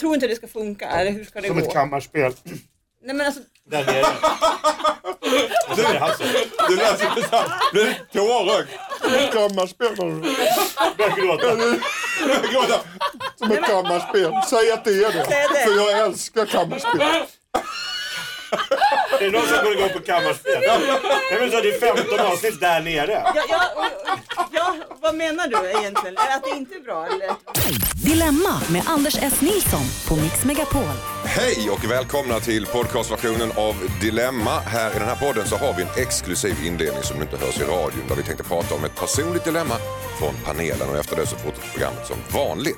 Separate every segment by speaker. Speaker 1: tror inte det ska funka, eller hur ska det
Speaker 2: Som
Speaker 1: gå?
Speaker 2: ett kammarspel.
Speaker 1: Nej men alltså,
Speaker 3: Där nere. Det är Hasse.
Speaker 4: Det lät som det här. Blev det tårögd? Som ett kammarspel.
Speaker 3: Börjar gråta.
Speaker 4: Jag gråter. Som ett kammarspel. Säg att det är det.
Speaker 1: Säg det.
Speaker 4: För jag älskar kammarspel.
Speaker 3: Det är någon som går igång på kammarspel. Nej, men så det är 15 avsnitt där nere.
Speaker 1: ja, ja, och- och- ja, vad menar du egentligen? Är Att det inte är bra eller?
Speaker 5: Dilemma med Anders S. Nilsson på Mix Megapol.
Speaker 6: Hej och välkomna till podcastversionen av Dilemma. Här i den här podden så har vi en exklusiv inledning som inte hörs i radion där vi tänkte prata om ett personligt dilemma från panelen och efter det så fortsätter programmet som vanligt.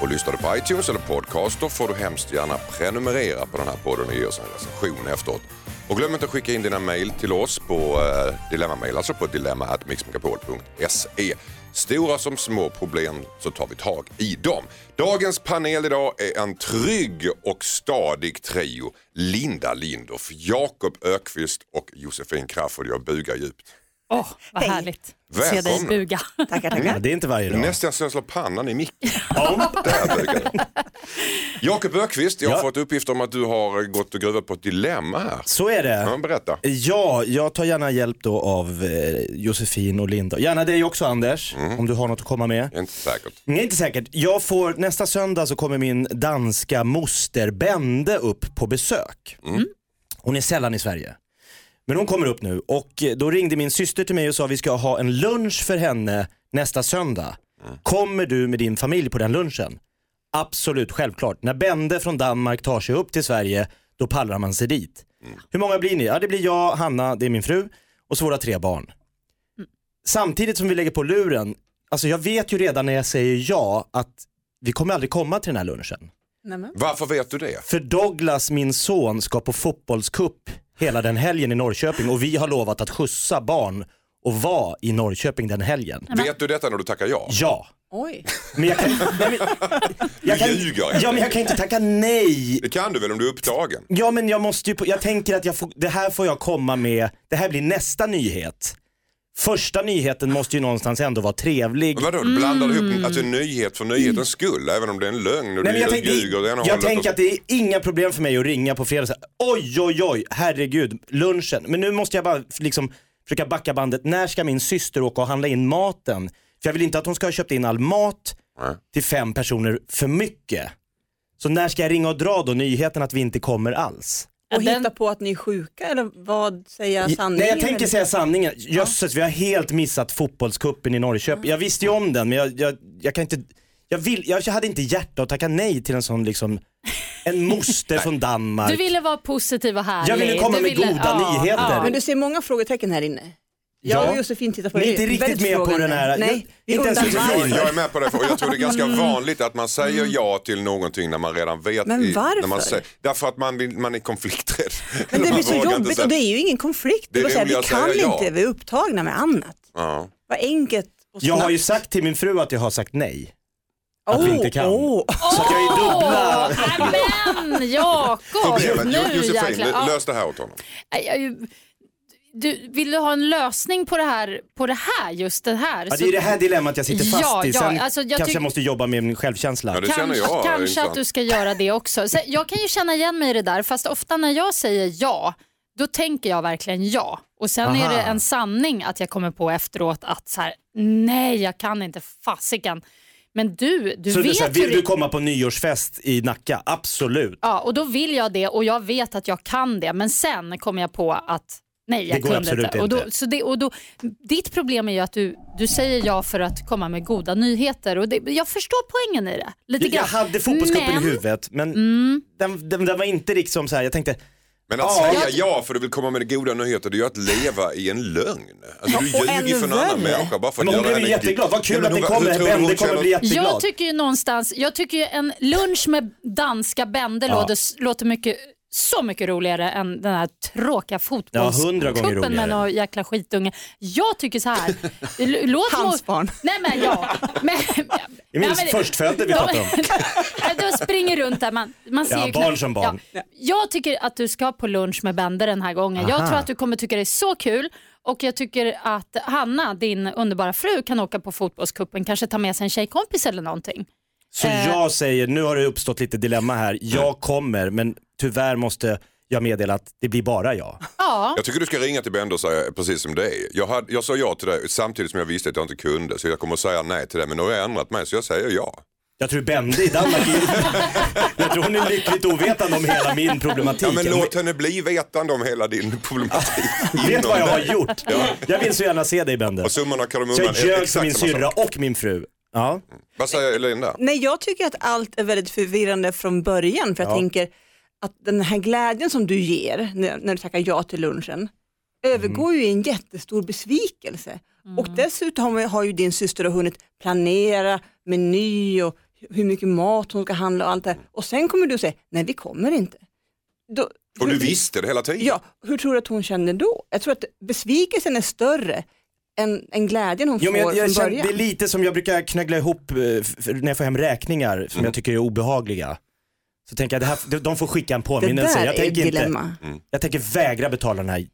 Speaker 6: Och lyssnar du på iTunes eller podcaster får du hemskt gärna prenumerera på den här podden och ge oss en recension efteråt. Och glöm inte att skicka in dina mejl till oss på eh, dilemmamail, alltså på dilemma.mixmegapol.se. Stora som små problem så tar vi tag i dem. Dagens panel idag är en trygg och stadig trio. Linda Lindorff, Jakob Ökvist och Josefin Crafoord. Jag bugar djupt.
Speaker 7: Åh, vad
Speaker 1: Hej.
Speaker 7: härligt. Se dig
Speaker 6: Välkomna.
Speaker 7: buga.
Speaker 1: Tackar,
Speaker 5: Mm.
Speaker 1: tackar.
Speaker 8: Det är inte varje dag.
Speaker 6: Nästan så jag slår pannan i micken. Där bugar jag. Jakob Ökvist, jag har
Speaker 8: Ja.
Speaker 6: fått uppgift om att du har gått och gruvat på ett dilemma här.
Speaker 8: Så är det.
Speaker 6: Ja, berätta.
Speaker 8: Ja, jag tar gärna hjälp då av eh, Josefin och Linda. Gärna dig också Anders, om du har något att komma med.
Speaker 6: Jag är inte säker.
Speaker 8: Nej, inte säkert. Jag får, nästa söndag så kommer min danska moster Bende upp på besök. Hon är sällan i Sverige. Men hon kommer upp nu och eh, då ringde min syster till mig och sa vi ska ha en lunch för henne nästa söndag. Kommer du med din familj på den lunchen? Absolut, självklart. När Bende från Danmark tar sig upp till Sverige, då pallar man sig dit. Hur många blir ni? Ja, det blir jag, Hanna, det är min fru och så våra tre barn. Samtidigt som vi lägger på luren, alltså jag vet ju redan när jag säger ja att vi kommer aldrig komma till den här lunchen.
Speaker 6: Varför vet du det?
Speaker 8: För Douglas, min son, ska på fotbollscup hela den helgen i Norrköping och vi har lovat att skjutsa barn och vara i Norrköping den helgen.
Speaker 6: Vet du detta när du tackar ja?
Speaker 8: Ja.
Speaker 7: Oj.
Speaker 8: Men jag kan, nej, men, jag kan,
Speaker 6: Du ljuger, helt
Speaker 8: ja, men jag kan inte tacka nej.
Speaker 6: Det kan du väl om du är upptagen?
Speaker 8: Ja men jag måste ju, på- jag tänker att jag får, det här får jag komma med, det här blir nästa nyhet. Första nyheten måste ju någonstans ändå vara trevlig.
Speaker 6: Men Vadå, du blandar ihop alltså, en nyhet för nyhetens skull, även om det är en lögn och
Speaker 8: Mm. Nej,
Speaker 6: du
Speaker 8: men jag
Speaker 6: ljuger åt ena
Speaker 8: tänker, jag
Speaker 6: hållet och-
Speaker 8: tänker att det är inga problem för mig att ringa på fredag och säga oj, oj, oj, herregud, lunchen. Men nu måste jag bara f- liksom försöka backa bandet. När ska min syster åka och handla in maten? För jag vill inte att hon ska ha köpt in all mat
Speaker 6: Nej.
Speaker 8: till fem personer för mycket. Så när ska jag ringa och dra då nyheten att vi inte kommer alls?
Speaker 1: Och
Speaker 7: Den-
Speaker 1: hitta på att ni är sjuka eller vad säger sanningen?
Speaker 8: Nej jag tänker
Speaker 1: eller?
Speaker 8: säga sanningen. Jösses, vi har helt missat fotbollskuppen i Norrköping. Jag visste ju om den men jag, jag, jag kan inte, jag, vill, jag hade inte hjärta att tacka nej till en sån liksom, en moster från Danmark.
Speaker 7: Du ville vara positiv och härlig.
Speaker 8: Jag ville komma
Speaker 7: Du
Speaker 8: med goda nyheter.
Speaker 1: Men du ser många frågetecken här inne. Jag
Speaker 8: Ja.
Speaker 1: och Josefin tittar på
Speaker 8: Ni är
Speaker 1: dig.
Speaker 8: inte riktigt
Speaker 1: Väldigt
Speaker 8: med på
Speaker 1: frågande.
Speaker 8: den här.
Speaker 1: Nej, vi
Speaker 8: jag, inte ens
Speaker 1: undrar
Speaker 8: Josefin.
Speaker 6: Jag är med på det, för jag tror det är ganska
Speaker 8: Mm.
Speaker 6: vanligt att man säger ja till någonting när man redan vet.
Speaker 1: Men
Speaker 6: När man
Speaker 1: varför?
Speaker 6: säger, därför att man, vill, man är konflikträdd.
Speaker 1: Men det
Speaker 6: Man
Speaker 1: blir så
Speaker 6: vågar inte
Speaker 1: jobbigt
Speaker 6: säga-
Speaker 1: och det är ju ingen konflikt.
Speaker 6: Det är
Speaker 1: Det är
Speaker 6: rimligt
Speaker 1: vi
Speaker 6: att
Speaker 1: kan
Speaker 6: säga ja.
Speaker 1: inte, vi är upptagna med annat.
Speaker 6: Ja.
Speaker 1: Vad enkelt och
Speaker 8: Jag har ju
Speaker 1: snabbt.
Speaker 8: sagt till min fru att jag har sagt nej. att
Speaker 1: oh,
Speaker 8: vi inte kan.
Speaker 1: Oh.
Speaker 8: Så att jag är dubbla.
Speaker 7: Men Jakob,
Speaker 6: Problemet, jo,
Speaker 7: nu
Speaker 6: Josefin,
Speaker 7: jäklar. Ja.
Speaker 6: lös det här åt honom.
Speaker 7: Nej, jag- Du, vill du ha en lösning på det här, på det här just det här?
Speaker 8: Ja,
Speaker 7: så-
Speaker 8: det är det här dilemmat jag sitter fast
Speaker 7: Ja,
Speaker 8: i. Sen
Speaker 7: ja, alltså jag
Speaker 8: kanske
Speaker 7: tyck-
Speaker 8: jag måste jobba med min självkänsla.
Speaker 6: Ja, det känner
Speaker 7: Kanske,
Speaker 6: jag.
Speaker 7: kanske
Speaker 6: intressant.
Speaker 7: att du ska göra det också. Så jag kan ju känna igen mig i det där, fast ofta när jag säger ja, då tänker jag verkligen ja. Och sen är
Speaker 8: Aha.
Speaker 7: det en sanning att jag kommer på efteråt att så här, nej, jag kan inte, fasiken. Men du, du
Speaker 8: Så det är
Speaker 7: vet
Speaker 8: så här,
Speaker 7: ju
Speaker 8: vill du
Speaker 7: det.
Speaker 8: komma på nyårsfest i Nacka? Absolut.
Speaker 7: Ja, och då vill jag det och jag vet att jag kan det, men sen kommer jag på att nej, jag
Speaker 8: Det går
Speaker 7: kunde
Speaker 8: absolut
Speaker 7: inte. Och då,
Speaker 8: inte.
Speaker 7: så det, och då, ditt problem är ju att du, du säger ja för att komma med goda nyheter och det, jag förstår poängen i det. Lite
Speaker 8: Jag, jag
Speaker 7: grann.
Speaker 8: hade fotbollscupen
Speaker 7: Men- Mm.
Speaker 8: i huvudet men den, den, den var inte liksom så här. jag tänkte
Speaker 6: Men att
Speaker 8: Ja.
Speaker 6: säga ja för du vill komma med goda nyheter det är ju att leva i en lögn. Alltså, du
Speaker 1: och
Speaker 6: ljuger för en
Speaker 1: ännu
Speaker 6: annan
Speaker 1: värre.
Speaker 6: människa bara för
Speaker 8: men
Speaker 6: att göra
Speaker 8: hon blev ju
Speaker 6: henne
Speaker 8: jätteglad, vad kul att den kommer, Bende
Speaker 6: Bende
Speaker 8: kommer bli jätteglad.
Speaker 7: Jag tycker ju någonstans, jag tycker ju en lunch med danska bänder
Speaker 8: Ja.
Speaker 7: låter, låter mycket, så mycket roligare än den här tråkiga
Speaker 8: Ja, hundra gånger
Speaker 7: fotbollscupen
Speaker 8: roligare.
Speaker 7: med någon jäkla skitunge. Jag tycker så här, l- låt må-
Speaker 1: Hans barn.
Speaker 7: Nej men ja. Men,
Speaker 8: Det är min
Speaker 7: Nej, men-
Speaker 8: förstfödde vi pratar om.
Speaker 7: Ja, De springer runt där, man, man ser
Speaker 8: Ja,
Speaker 7: ju
Speaker 8: barn
Speaker 7: knappt-
Speaker 8: som barn.
Speaker 7: Ja. Jag tycker att du ska på lunch med Bender den här gången. Jag
Speaker 8: Aha.
Speaker 7: tror att du kommer tycka det är så kul och jag tycker att Hanna, din underbara fru, kan åka på fotbollskuppen kanske ta med sig en tjejkompis eller någonting.
Speaker 8: Så
Speaker 1: Eh.
Speaker 8: jag säger, nu har det uppstått lite dilemma här,
Speaker 6: Mm.
Speaker 8: jag kommer men tyvärr måste jag meddela att det blir bara jag.
Speaker 7: Ja,
Speaker 6: Jag tycker du ska ringa till Bende och säga precis som det är. Jag, hade, jag sa ja till dig samtidigt som jag visste att jag inte kunde så jag kommer att säga nej till det men nu har jag ändrat mig så jag säger ja.
Speaker 8: Jag tror Bende i Danmark, jag tror hon är lyckligt ovetande om hela min problematik.
Speaker 6: Ja, men låt henne bli vetande om hela din problematik.
Speaker 8: Vet
Speaker 6: inom
Speaker 8: vad jag har
Speaker 6: dig.
Speaker 8: gjort? Jag vill så gärna se dig Bende.
Speaker 6: Och summan av
Speaker 8: Så
Speaker 6: kardemumman
Speaker 8: jag
Speaker 6: är
Speaker 8: ljög för min
Speaker 6: exakt samma
Speaker 8: syrra
Speaker 6: sak.
Speaker 8: och min fru. Ja.
Speaker 6: Vad säger Linda?
Speaker 1: Nej, jag tycker att allt är väldigt förvirrande från början för jag tänker att den här glädjen som du ger när, när du tackar ja till lunchen övergår ju i en jättestor besvikelse.
Speaker 8: Mm.
Speaker 1: Och dessutom har- har ju din syster då hunnit planera meny och hur mycket mat hon ska handla och allt det här. Och sen kommer du säga, nej vi kommer inte. Då,
Speaker 6: Och du
Speaker 1: hur-
Speaker 6: visste det hela tiden?
Speaker 1: Ja, hur tror du att hon känner då? Jag tror att besvikelsen är större än, än glädjen hon
Speaker 8: Jo,
Speaker 1: får
Speaker 8: men jag, jag
Speaker 1: från
Speaker 8: känner,
Speaker 1: början.
Speaker 8: det är lite som jag brukar knöggla ihop eh, f- f- när jag får hem räkningar
Speaker 6: Mm.
Speaker 8: som jag tycker är obehagliga. Så tänker jag, det här, de- de får skicka en
Speaker 1: Det
Speaker 8: påminnelse.
Speaker 1: där
Speaker 8: alltså, jag,
Speaker 1: är ett
Speaker 8: tänker
Speaker 1: dilemma.
Speaker 8: jag tänker vägra betala den här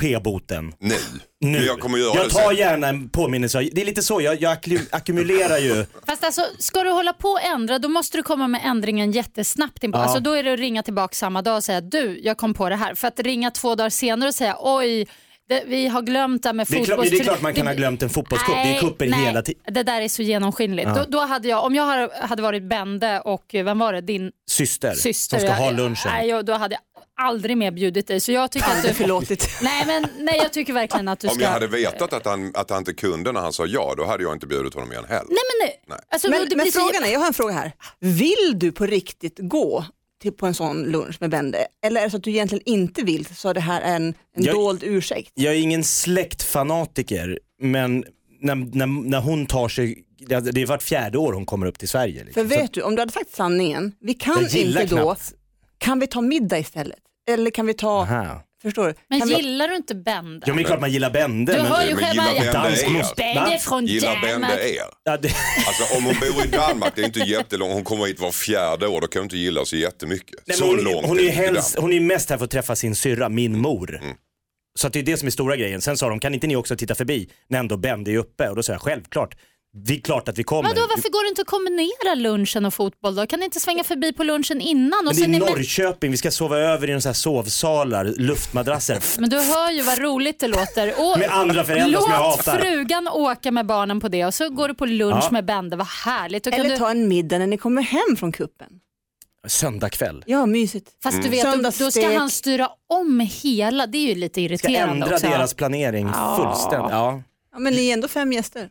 Speaker 8: p-boten
Speaker 6: Nej.
Speaker 8: nu.
Speaker 6: Jag kommer göra det
Speaker 8: jag tar
Speaker 6: sen.
Speaker 8: gärna en påminnelse. Det är lite så, jag, jag akku- ackumulerar ju.
Speaker 7: fast alltså ska du hålla på och ändra då måste du komma med ändringen jättesnabbt. In på. Alltså, då är det att ringa tillbaka samma dag och säga du, jag kom på det här. För att ringa två dagar senare och säga oj, det, vi har glömt det här med
Speaker 8: Det är, klart,
Speaker 7: fotbolls...
Speaker 8: det är klart man kan ha glömt en fotbollscup, det är kupper
Speaker 7: nej,
Speaker 8: hela tiden.
Speaker 7: Det där är så genomskinligt. Då, då hade jag, om jag har- hade varit Bende och eh, vem var det, din
Speaker 8: Syster,
Speaker 7: syster.
Speaker 8: som ska
Speaker 7: jag-
Speaker 8: ha lunchen.
Speaker 7: Nej, jag, då hade jag aldrig mer bjudit dig. Så jag tycker att du...
Speaker 1: Förlåtit.
Speaker 7: Nej, men, nej, jag tycker verkligen att du
Speaker 6: Om
Speaker 7: ska...
Speaker 6: jag hade vetat att han, att han inte kunde när han sa ja, då hade jag inte bjudit honom igen heller.
Speaker 7: Nej, men, nej.
Speaker 6: Nej.
Speaker 7: Alltså,
Speaker 1: Men,
Speaker 7: då- det
Speaker 1: men
Speaker 7: blir så-
Speaker 1: frågan är, jag har en fråga här. Vill du på riktigt gå till, på en sån lunch med Bende? Eller är det så att du egentligen inte vill så det här är en, en
Speaker 8: Jag-
Speaker 1: dold ursäkt?
Speaker 8: Jag är ingen släktfanatiker, men när, när, när hon tar sig, det det är vart fjärde år hon kommer upp till Sverige.
Speaker 1: För
Speaker 8: Liksom. Så
Speaker 1: vet du, om du hade sagt sanningen, vi kan
Speaker 8: jag gillar
Speaker 1: inte då,
Speaker 8: knappt.
Speaker 1: kan vi ta middag istället? Eller kan vi ta,
Speaker 8: Aha.
Speaker 1: förstår du?
Speaker 7: Men
Speaker 1: kan vi,
Speaker 7: gillar du inte Bende?
Speaker 8: Ja men det är klart man gillar Bende.
Speaker 7: du
Speaker 8: men...
Speaker 7: hör ju
Speaker 6: men
Speaker 7: själv...
Speaker 6: gillar
Speaker 7: jag-
Speaker 6: Bende
Speaker 8: Dansk
Speaker 6: är-
Speaker 8: most-
Speaker 7: Bende är från
Speaker 6: Gillar Bende
Speaker 7: Danmark.
Speaker 6: er?
Speaker 8: Ja, det...
Speaker 6: Alltså om hon bor i Danmark, det är inte jättelångt, hon kommer hit var fjärde år, då kan hon inte gilla så jättemycket.
Speaker 8: Nej,
Speaker 6: så
Speaker 8: men hon,
Speaker 6: långt
Speaker 8: hon,
Speaker 6: det
Speaker 8: är ju
Speaker 6: inte i Mm.
Speaker 8: helst,
Speaker 6: Danmark.
Speaker 8: hon är ju mest här för att träffa sin syrra, min mor. Så att det är det som är stora grejen. Sen sa de, kan inte ni också titta förbi när ändå Bende är uppe? Och då sa jag, självklart. Det är klart att vi kommer.
Speaker 7: Vadå, varför går det inte att kombinera lunchen och fotboll då? Kan ni inte svänga förbi på lunchen innan? Och
Speaker 8: Men det är
Speaker 7: sen är-
Speaker 8: Norrköping, vi ska sova över i en sån här sovsalar, luftmadrasser.
Speaker 7: Men du hör ju vad roligt det låter. Och
Speaker 8: Med andra föräldrar som jag
Speaker 7: Låt
Speaker 8: hatar.
Speaker 7: frugan åka med barnen på det och så går du på lunch med Bende. Vad härligt. Då kan
Speaker 1: eller
Speaker 7: du...
Speaker 1: ta en middag när ni kommer hem från kuppen?
Speaker 8: Söndag kväll.
Speaker 1: Ja, mysigt.
Speaker 7: Fast
Speaker 8: Mm.
Speaker 7: du vet, då, då ska
Speaker 1: Söndagsstek.
Speaker 7: han styra om hela. Det är ju lite
Speaker 8: Ska
Speaker 7: irriterande
Speaker 8: ändra
Speaker 7: också.
Speaker 8: deras planering fullständigt. Ja.
Speaker 1: Ja, men ni är ändå fem gäster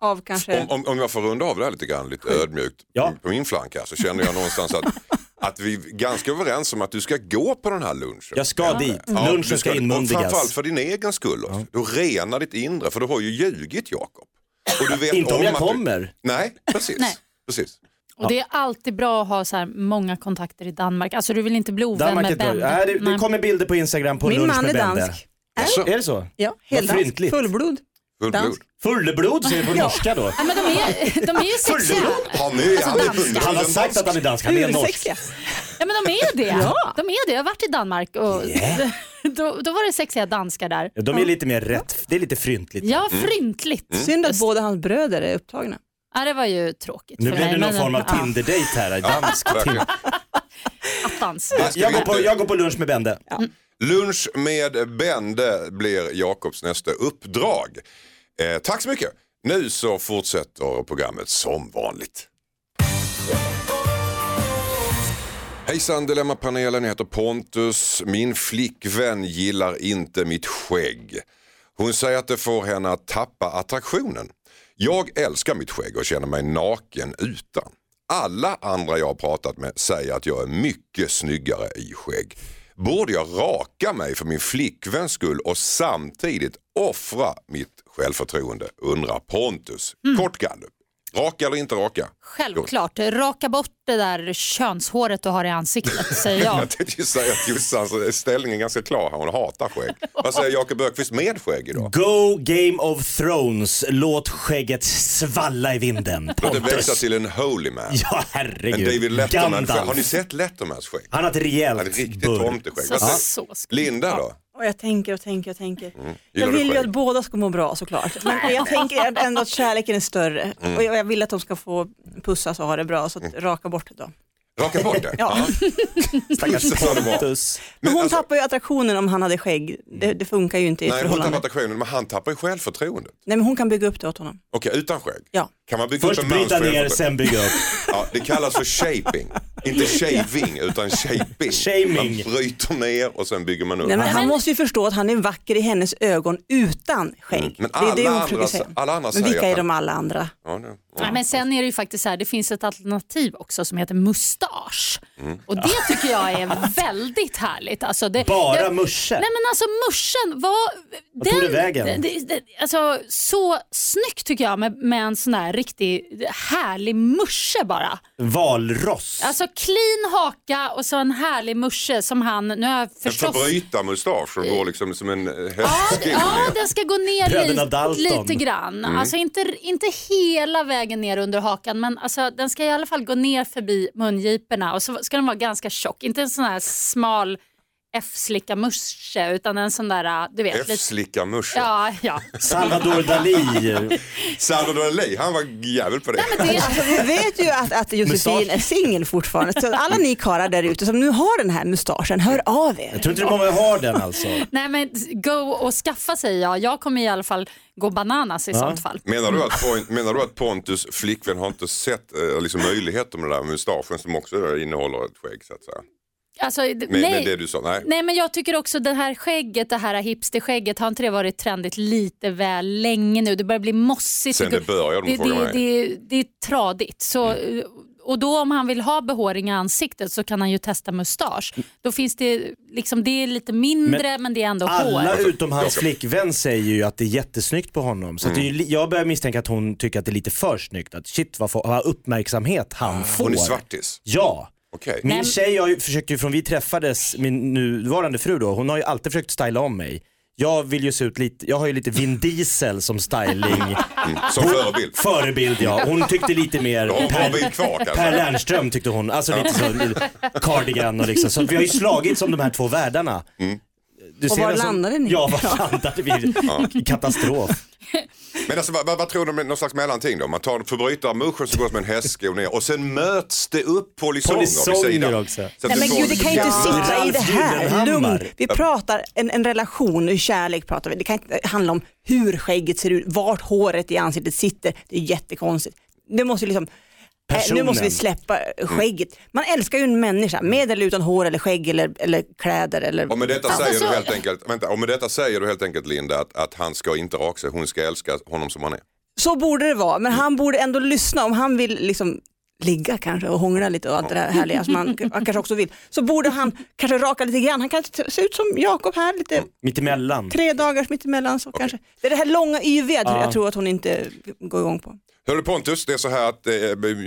Speaker 1: av kanske...
Speaker 6: Om, om, om jag får runda av det här lite grann, lite ödmjukt
Speaker 8: Ja.
Speaker 6: på min flank här, så känner jag någonstans att, att vi är ganska överens om att du ska gå på den här lunchen.
Speaker 8: Jag ska dit,
Speaker 6: Ja, du
Speaker 8: lunchen ska
Speaker 6: och Framförallt
Speaker 8: inmundigas.
Speaker 6: för din egen skull. också. Du renar ditt inre, för du har ju ljugit Jakob. Och du vet
Speaker 8: Inte om jag
Speaker 6: att du-
Speaker 8: kommer.
Speaker 6: Nej, precis.
Speaker 7: Nej.
Speaker 6: precis.
Speaker 7: Och det är alltid bra att ha så här många kontakter i Danmark. Alltså du vill inte bli ovän
Speaker 8: Danmark är
Speaker 7: med
Speaker 8: ett bra.
Speaker 7: Bende.
Speaker 8: Nej, det, det
Speaker 7: Nej.
Speaker 8: kommer bilder på Instagram på
Speaker 1: Min
Speaker 8: lunch
Speaker 1: man
Speaker 8: med
Speaker 1: är
Speaker 8: Bende.
Speaker 1: dansk.
Speaker 6: Jaså,
Speaker 8: Är det så?
Speaker 1: Ja,
Speaker 8: Vad
Speaker 1: heldansk,
Speaker 8: fryntligt.
Speaker 1: fullblod.
Speaker 6: fullblod.
Speaker 1: Dansk.
Speaker 8: Fulleblod säger vi på norska då.
Speaker 7: Ja, men de är, de är ju sexiga.
Speaker 6: Han är, han är
Speaker 7: danska.
Speaker 6: fullblod.
Speaker 8: Han har sagt att han är dansk, han är norsk.
Speaker 1: Ursexiga.
Speaker 7: Ja, men de är det. De är det. Jag har varit i Danmark och då, då var det sexiga danskar där.
Speaker 8: De är lite mer rätt, det är lite fryntligt.
Speaker 7: Ja, fryntligt.
Speaker 8: Mm.
Speaker 1: Synd att båda hans bröder är upptagna.
Speaker 7: Ja, det var ju tråkigt
Speaker 8: Nu
Speaker 7: för
Speaker 8: blir
Speaker 7: mig.
Speaker 8: det någon
Speaker 7: men-
Speaker 8: form av
Speaker 7: ja,
Speaker 8: Tinder-date här. Dansk Tinder.
Speaker 6: Verkligen.
Speaker 7: attans.
Speaker 6: Det ska
Speaker 8: Jag
Speaker 6: vi
Speaker 8: går, på,
Speaker 6: inte-
Speaker 8: jag går på lunch med Bende.
Speaker 6: Lunch med Bende blir Jakobs nästa uppdrag. Eh, tack så mycket. Nu så fortsätter programmet som vanligt. Hejsan Dilemmapanelen, jag heter Pontus. Min flickvän gillar inte mitt skägg. Hon säger att det får henne att tappa attraktionen. Jag älskar mitt skägg och känner mig naken utan. Alla andra jag har pratat med säger att jag är mycket snyggare i skägg. Borde jag raka mig för min flickväns skull och samtidigt offra mitt självförtroende? Undrar Pontus. Kort kan du. Raka eller inte raka?
Speaker 7: Självklart. Raka bort det där könshåret du har i ansiktet, säger jag.
Speaker 6: Jag tänkte ju säga att Jossans ställning är ganska klar här, hon hatar skägg. Vad säger Jakob Ökvist med skägg idag?
Speaker 8: Go Game of Thrones, låt skägget svalla i vinden.
Speaker 6: Låt det växa
Speaker 8: Pontus.
Speaker 6: till en holy man.
Speaker 8: Ja
Speaker 6: En
Speaker 8: herregud.
Speaker 6: David Letterman. Har ni
Speaker 8: Gandalf.
Speaker 6: sett Lettermans skägg?
Speaker 8: Han har ett
Speaker 6: Han är ett
Speaker 8: rejält
Speaker 6: riktigt
Speaker 8: burr.
Speaker 6: tomteskägg.
Speaker 7: Så,
Speaker 6: Vad
Speaker 7: så,
Speaker 6: säger
Speaker 7: så ska-
Speaker 6: Linda då?
Speaker 1: Och jag tänker och tänker och tänker. Jag
Speaker 6: Mm. Gillar du
Speaker 1: vill ju
Speaker 6: skägg?
Speaker 1: att båda ska må bra såklart. Men jag tänker ändå att kärleken är större.
Speaker 6: Mm.
Speaker 1: Och jag jag vill att de ska få pussas och ha det bra. Så att raka bort det då.
Speaker 6: Raka bort det?
Speaker 1: Ja.
Speaker 8: Stackars
Speaker 6: Så det var.
Speaker 8: Pontus.
Speaker 1: Men hon
Speaker 6: alltså-
Speaker 1: tappar ju attraktionen om han hade skägg. Det, det funkar ju inte i ett
Speaker 6: Nej, hon tappar
Speaker 1: förhållande.
Speaker 6: attraktionen, men han tappar ju självförtroendet.
Speaker 1: Nej men hon kan bygga upp det åt honom.
Speaker 6: Okej, utan skägg?
Speaker 1: Ja.
Speaker 6: Kan man bygga
Speaker 8: Först
Speaker 6: upp en mans
Speaker 8: bryta ner,
Speaker 6: självförtroende?
Speaker 8: sen bygga upp.
Speaker 6: Ja, det kallas för shaping. Inte shaving, utan shaping.
Speaker 8: Shaming.
Speaker 6: Man bryter ner och sen bygger man upp.
Speaker 1: Nej, men
Speaker 6: Mm.
Speaker 1: han måste ju förstå att han är vacker i hennes ögon utan skägg.
Speaker 6: Men
Speaker 1: det är det
Speaker 6: alla
Speaker 1: hon försöker
Speaker 6: andra-
Speaker 1: säga.
Speaker 6: alla andra
Speaker 1: men
Speaker 6: säger
Speaker 1: vilka
Speaker 6: att
Speaker 1: är
Speaker 6: han-
Speaker 1: de alla andra?
Speaker 6: Ja, det-
Speaker 7: Nej, men sen är det ju faktiskt så här, det finns ett alternativ också som heter mustasch.
Speaker 8: Mm.
Speaker 7: Och det tycker jag är väldigt härligt. Alltså det,
Speaker 8: Bara
Speaker 7: jag,
Speaker 8: musche?
Speaker 7: Nej men alltså muschen, vad... den-
Speaker 8: tog det vägen?
Speaker 7: det- det- alltså så snyggt tycker jag med, med en sån här riktig härlig musche bara.
Speaker 8: Valross.
Speaker 7: Alltså clean haka och så en härlig musche som han, nu har jag
Speaker 6: En
Speaker 7: förstås...
Speaker 6: förbrytarmustasch som går liksom som en eh,
Speaker 7: Ja,
Speaker 6: hästsko
Speaker 7: d- ja,
Speaker 6: ner.
Speaker 7: den ska gå
Speaker 8: Bröderna
Speaker 7: ner
Speaker 8: Dalton.
Speaker 7: lite, lite grann.
Speaker 6: Mm.
Speaker 7: Alltså inte, inte hela vägen ner under hakan men alltså, den ska i alla fall gå ner förbi mungiporna och så ska den vara ganska tjock. Inte en sån här smal F-slicka musche utan en sån där, äh, du vet. Lite,
Speaker 6: F-slicka muschen.
Speaker 7: ja, ja.
Speaker 8: Salvador Dalí.
Speaker 6: Salvador Dalí, han var jävel på det.
Speaker 7: Det,
Speaker 1: Alltså, vi vet ju att, att Josefin är singel fortfarande. Så alla ni karlar där ute som nu har den här mustaschen, hör av er.
Speaker 8: Jag tror inte det många har den alltså.
Speaker 7: nej men go och skaffa säger jag. Jag kommer i alla fall gå bananas i sånt fall.
Speaker 6: Menar
Speaker 1: Mm.
Speaker 6: du, att Pon- menar du att Pontus flickvän har inte sett eh, liksom möjligheter med den där mustaschen som också innehåller ett skägg så att säga?
Speaker 7: Alltså, d-
Speaker 6: Med,
Speaker 7: nej.
Speaker 6: med det du sa, nej.
Speaker 7: Nej men jag tycker också det här skägget, det här hipsterskägget, har inte det varit trendigt lite väl länge nu? Det börjar bli mossigt.
Speaker 6: Sen det började, om du
Speaker 7: det,
Speaker 6: frågar
Speaker 7: det,
Speaker 6: mig.
Speaker 7: det, det är tradigt. Så, Och då om han vill ha behåring i ansiktet så kan han ju testa mustasch. Då finns det, liksom, det är lite mindre men, det är ändå
Speaker 8: Alla
Speaker 7: hår.
Speaker 6: Alltså,
Speaker 8: utom hans flickvän säger ju att det är jättesnyggt på honom. Så att det är
Speaker 6: Mm.
Speaker 8: ju, li- jag börjar misstänka att hon tycker att det är lite för snyggt. Att shit vad, få, vad uppmärksamhet han får.
Speaker 6: Hon är svartis.
Speaker 8: Ja.
Speaker 6: Okej.
Speaker 8: Min tjej har ju försökt ju från vi träffades, min nuvarande fru då, hon har ju alltid försökt styla om mig. Jag vill ju se ut lite, jag har ju lite Vin Diesel som styling
Speaker 6: Mm. Som förebild.
Speaker 8: förebild ja. Hon tyckte lite mer
Speaker 6: Du har en alltså. bra
Speaker 8: per,
Speaker 6: bit kvar
Speaker 8: per
Speaker 6: kanske.
Speaker 8: Lernström tyckte hon, alltså lite så cardigan och liksom. Så vi har ju slagits som de här två världarna. Du
Speaker 1: var
Speaker 8: en sån-
Speaker 1: landade ni?
Speaker 8: Ja, var landade vi? Katastrof.
Speaker 6: Men alltså, vad, vad- vad tror du om någon slags mellanting då? Man tar förbrytarmuschen som går som en hästsko ner och sen möts det upp polisonger vid
Speaker 8: Polisonger
Speaker 6: sidan.
Speaker 8: också.
Speaker 6: Så att
Speaker 1: Nej men
Speaker 6: får
Speaker 1: gud, det kan ju inte
Speaker 6: jävla-
Speaker 1: sitta i
Speaker 8: Ralf
Speaker 1: det här. Lugn.
Speaker 8: Gyllenhammar.
Speaker 1: Vi pratar en, en relation, kärlek pratar vi. Det kan inte handla om hur skägget ser ut, vart håret i ansiktet sitter. Det är jättekonstigt. Det måste ju liksom eh, nu måste vi
Speaker 8: Personen.
Speaker 1: släppa skägget. Man älskar ju en människa med eller utan hår eller skägg eller, eller kläder. Eller...
Speaker 6: Och med, detta säger
Speaker 7: så-
Speaker 1: alltså-
Speaker 6: du helt enkelt, vänta, och med detta säger du helt enkelt Linda att, att han ska inte raka sig, hon ska älska honom som han är.
Speaker 1: Så borde det vara, men han borde ändå lyssna om han vill liksom ligga kanske och hångla lite och allt det där härliga som han, han kanske också vill. Så borde han kanske raka lite grann. Han kanske ser ut som Jakob här, lite
Speaker 8: Mittemellan.
Speaker 1: tre dagars mittemellan. Så kanske. Det är det här långa yviga jag tror- jag tror att hon inte går igång på.
Speaker 6: Hörru Pontus, det är så här att eh,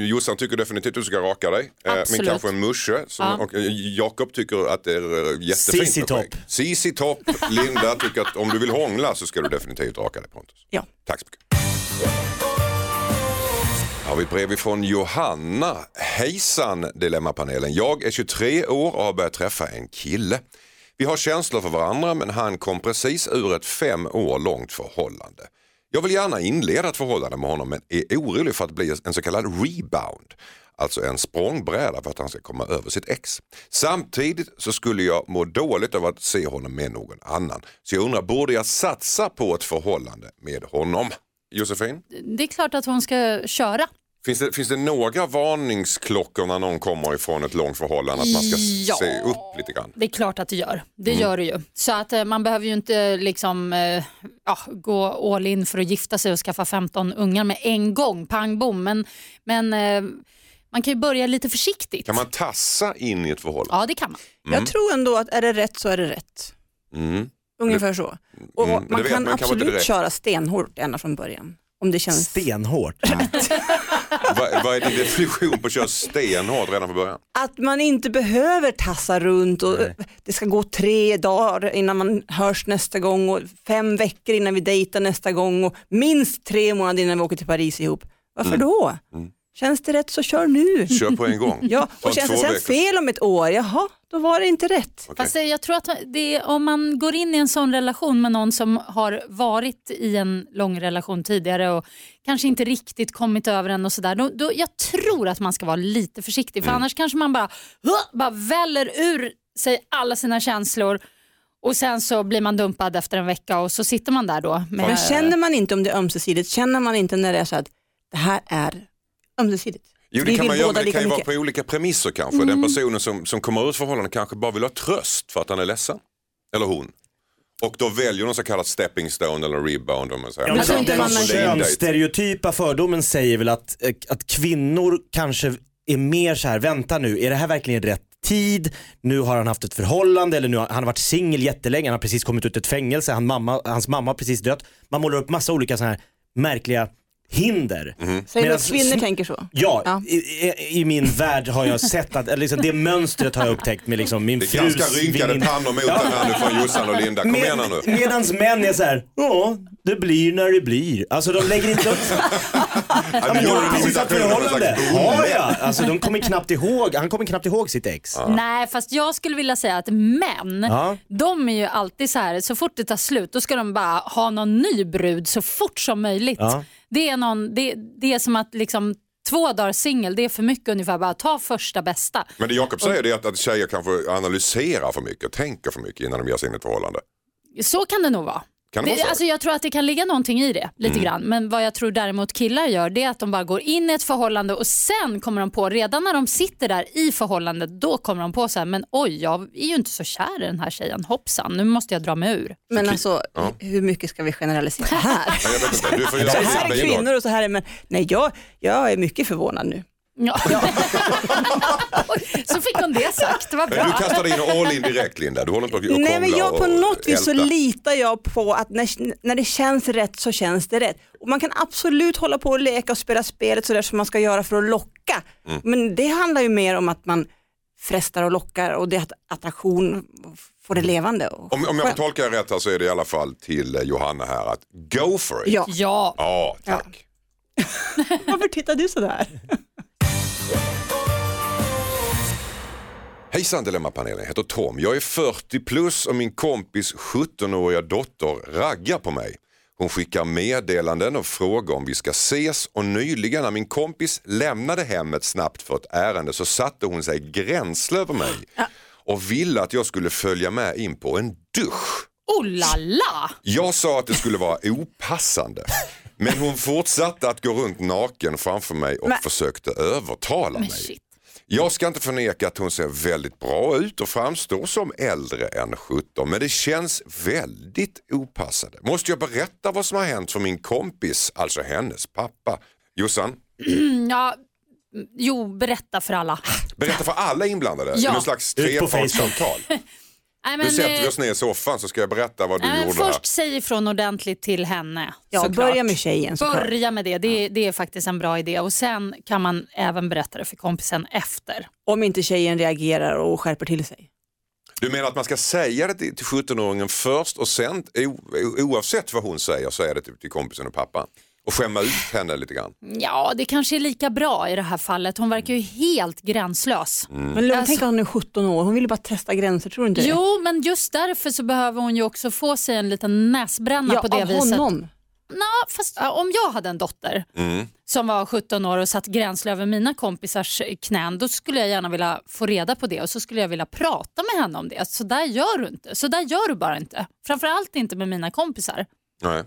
Speaker 6: Jossan tycker definitivt att du ska raka dig. Eh, men
Speaker 7: Absolut.
Speaker 6: kanske en musche. Som,
Speaker 7: Ja.
Speaker 6: och, eh, Jakob tycker att det är eh, jättefint
Speaker 8: Sissi
Speaker 6: med
Speaker 8: Topp.
Speaker 6: skägg. Sissi Topp. Linda tycker att om du vill hångla så ska du definitivt raka dig Pontus.
Speaker 1: Ja.
Speaker 6: Tack så mycket. Här har vi ett brev ifrån Johanna. Hejsan Dilemmapanelen. Jag är 23 år och har börjat träffa en kille. Vi har känslor för varandra men han kom precis ur ett fem år långt förhållande. Jag vill gärna inleda ett förhållande med honom men är orolig för att bli en så kallad rebound. Alltså en språngbräda för att han ska komma över sitt ex. Samtidigt så skulle jag må dåligt av att se honom med någon annan. Så jag undrar, borde jag satsa på ett förhållande med honom? Josefin?
Speaker 7: Det är klart att hon ska köra.
Speaker 6: Finns det, finns det några varningsklockor när någon kommer ifrån ett långt förhållande att man ska
Speaker 7: Ja.
Speaker 6: se upp lite grann?
Speaker 7: Det är klart att det gör. Det
Speaker 6: Mm.
Speaker 7: gör det ju. Så att eh, man behöver ju inte eh, liksom, eh, ja, gå all in för att gifta sig och skaffa 15 ungar med en gång, pang bom. Men, men eh, man kan ju börja lite försiktigt.
Speaker 6: Kan man tassa in i ett förhållande?
Speaker 7: Ja, det kan man.
Speaker 1: Jag tror ändå att är det rätt så är det rätt.
Speaker 6: Mm.
Speaker 1: Ungefär så. Och
Speaker 6: Mm, men det
Speaker 1: man
Speaker 6: vet
Speaker 1: kan
Speaker 6: man kanske inte
Speaker 1: absolut
Speaker 6: direkt.
Speaker 1: köra stenhårt ända från början. Om det känns
Speaker 8: Stenhårt.
Speaker 6: Vad, vad är din definition på att köra stenhårt redan från början?
Speaker 1: att man inte behöver tassa runt och
Speaker 8: Nej.
Speaker 1: det ska gå tre dagar innan man hörs nästa gång och fem veckor innan vi dejtar nästa gång och minst tre månader innan vi åker till Paris ihop. Varför
Speaker 6: Mm.
Speaker 1: då? Känns det rätt så kör nu.
Speaker 6: Kör på en gång.
Speaker 1: Ja,
Speaker 6: Ta
Speaker 1: och känns det
Speaker 6: två
Speaker 1: sen
Speaker 6: veckor.
Speaker 1: fel om ett år, jaha, då var det inte rätt.
Speaker 6: Okej.
Speaker 7: Fast det- jag tror att det är, om man går in i en sån relation med någon som har varit i en lång relation tidigare och kanske inte riktigt kommit över en och sådär. Då, då, jag tror att man ska vara lite försiktig för annars kanske man bara, "Huh!" bara väller ur sig alla sina känslor och sen så blir man dumpad efter en vecka och så sitter man där då. Med,
Speaker 1: Men känner man inte om det är ömsesidigt, känner man inte när det är så att det här är ömsesidigt?
Speaker 6: Jo, det
Speaker 1: Vi
Speaker 6: kan
Speaker 1: vill
Speaker 6: man göra,
Speaker 1: båda
Speaker 6: men det kan
Speaker 1: lika
Speaker 6: ju vara
Speaker 1: mycket. Mm.
Speaker 6: på olika premisser kanske. Den personen som, som kommer ur ett förhållande kanske bara vill ha tröst för att han är ledsen. Eller hon. Och då väljer de så kallat stepping stone eller rebound om man säger.
Speaker 8: Ja,
Speaker 1: Jag
Speaker 8: men alltså,
Speaker 1: tror inte
Speaker 8: den
Speaker 1: man märker-
Speaker 8: könsstereotypa fördomen säger väl att, eh, att kvinnor kanske är mer så här, vänta nu, är det här verkligen rätt tid? Nu har han haft ett förhållande eller nu har, han har varit singel jättelänge, han har precis kommit ut ur ett fängelse, han mamma, hans mamma har precis dött. Man målar upp massa olika sådana här märkliga hinder.
Speaker 6: Mm-hmm.
Speaker 1: Säger du
Speaker 8: Medan
Speaker 1: att kvinnor
Speaker 8: sm-
Speaker 1: tänker så?
Speaker 8: Ja,
Speaker 1: Ja.
Speaker 8: I, i, i min värld har jag sett att, eller liksom det mönstret har jag upptäckt med liksom min
Speaker 6: Det är
Speaker 8: frus
Speaker 6: ganska rynkade
Speaker 8: väninna.
Speaker 6: pannor mot den här nu från Jossan och Linda. Kom
Speaker 8: Med-
Speaker 6: igen här nu.
Speaker 8: medans män är så här, ja, det blir när det blir. Alltså de lägger inte upp,
Speaker 6: Ja,
Speaker 8: men
Speaker 6: men
Speaker 8: jag
Speaker 6: gör
Speaker 8: har
Speaker 6: en
Speaker 8: precis haft
Speaker 6: imitation av någon
Speaker 8: förhållande.
Speaker 6: slags boom.
Speaker 8: Har jag? Alltså de kommer knappt ihåg, han kommer knappt ihåg sitt ex.
Speaker 7: Nej, fast jag skulle vilja säga att män,
Speaker 8: Ja.
Speaker 7: de är ju alltid så här, så fort det tar slut då ska de bara ha någon ny brud så fort som möjligt.
Speaker 8: Ja.
Speaker 7: Det, är någon, det, det är som att liksom två dagar singel, det är för mycket ungefär. Bara ta första bästa.
Speaker 6: Men det Jakob säger det är att, att tjejer kanske analyserar för mycket, tänker för mycket innan de ger sig in i ett förhållande.
Speaker 7: Så kan det nog vara.
Speaker 6: Kan det,
Speaker 7: Det,
Speaker 6: vara så? Mm.
Speaker 7: alltså jag tror att det kan ligga någonting i det lite grann. Men vad jag tror däremot killar gör det är att de bara går in i ett förhållande och sen kommer de på, redan när de sitter där i förhållandet, då kommer de på så här, men oj jag är ju inte så kär i den här tjejen, hoppsan nu måste jag dra mig ur.
Speaker 1: Men alltså, hur mycket ska vi generalisera här?
Speaker 6: Nej, jag vet inte. Du får
Speaker 1: Så
Speaker 6: göra ditt
Speaker 1: här är
Speaker 6: bidrag.
Speaker 1: kvinnor och så här är män. Nej, jag, jag är mycket förvånad nu.
Speaker 7: Ja. Oj, så fick hon det sagt, vad
Speaker 6: Men
Speaker 7: bra.
Speaker 6: du kastar in all in direkt Linda, du håller inte på och
Speaker 1: Nej men
Speaker 6: krånglar
Speaker 1: jag på
Speaker 6: och
Speaker 1: något vis så
Speaker 6: ältar.
Speaker 1: litar jag på att när, när det känns rätt så känns det rätt. Och man kan absolut hålla på och leka och spela spelet sådär som man ska göra för att locka.
Speaker 6: Mm.
Speaker 1: Men det handlar ju mer om att man frestar och lockar och det att attraktion får det levande. Och
Speaker 6: Om, om jag får
Speaker 1: skönt.
Speaker 6: tolka er rätt här så är det i alla fall till eh, Johanna här att go for it.
Speaker 1: Ja,
Speaker 7: Ja,
Speaker 6: Ja, tack.
Speaker 1: varför tittar du sådär?
Speaker 6: Hejsan Dilemmapanelen, jag heter Tom. Jag är 40 plus och min kompis 17-åriga dotter raggar på mig. Hon skickar meddelanden och frågar om vi ska ses och nyligen när min kompis lämnade hemmet snabbt för ett ärende så satte hon sig gränsle över mig och ville att jag skulle följa med in på en dusch.
Speaker 7: oh la la.
Speaker 6: Jag sa att det skulle vara opassande. Men hon fortsatte att gå runt naken framför mig och försökte övertala
Speaker 7: Men
Speaker 6: mig.
Speaker 7: shit.
Speaker 6: Jag ska inte förneka att hon ser väldigt bra ut och framstår som äldre än 17 men det känns väldigt opassande. Måste jag berätta vad som har hänt för min kompis, alltså hennes pappa? Jossan,
Speaker 7: Mm, Ja, mm, jo, berätta för alla.
Speaker 6: berätta för alla inblandade i
Speaker 7: Ja.
Speaker 6: någon slags
Speaker 8: Ut på Facebook.
Speaker 6: trepartssamtal.
Speaker 7: Nej,
Speaker 6: Nu
Speaker 7: men,
Speaker 6: sätter vi
Speaker 7: eh,
Speaker 6: oss ner i soffan så ska jag berätta vad du
Speaker 7: nej, men
Speaker 6: gjorde här.
Speaker 7: först säg ifrån ordentligt till henne.
Speaker 1: Ja,
Speaker 7: såklart.
Speaker 1: börja med tjejen såklart.
Speaker 7: Börja med det. Det, är- det är faktiskt en bra idé. Och Sen kan man även berätta det för kompisen efter.
Speaker 1: Om inte tjejen reagerar och skärper till sig.
Speaker 6: Du menar att man ska säga det till till 17-åringen först och sen o- o- oavsett vad hon säger säga det till till kompisen och pappan och skämma ut henne lite grann.
Speaker 7: Ja, det kanske är lika bra i det här fallet. Hon verkar ju helt gränslös.
Speaker 6: Mm.
Speaker 1: Men lugn,
Speaker 7: Alltså-
Speaker 1: tänk att hon är 17 år, hon vill ju bara testa gränser, tror du inte det?
Speaker 7: Jo, men just därför så behöver hon ju också få sig en liten näsbränna
Speaker 1: ja,
Speaker 7: på det
Speaker 1: av
Speaker 7: viset.
Speaker 1: honom.
Speaker 7: Ja, fast ja, om jag hade en dotter
Speaker 8: Mm.
Speaker 7: som var 17 år och satt gränsle över mina kompisars knän, då skulle jag gärna vilja få reda på det och så skulle jag vilja prata med henne om det. Så där gör du inte. Så där gör du bara inte. Framförallt inte med mina kompisar.
Speaker 6: Nej.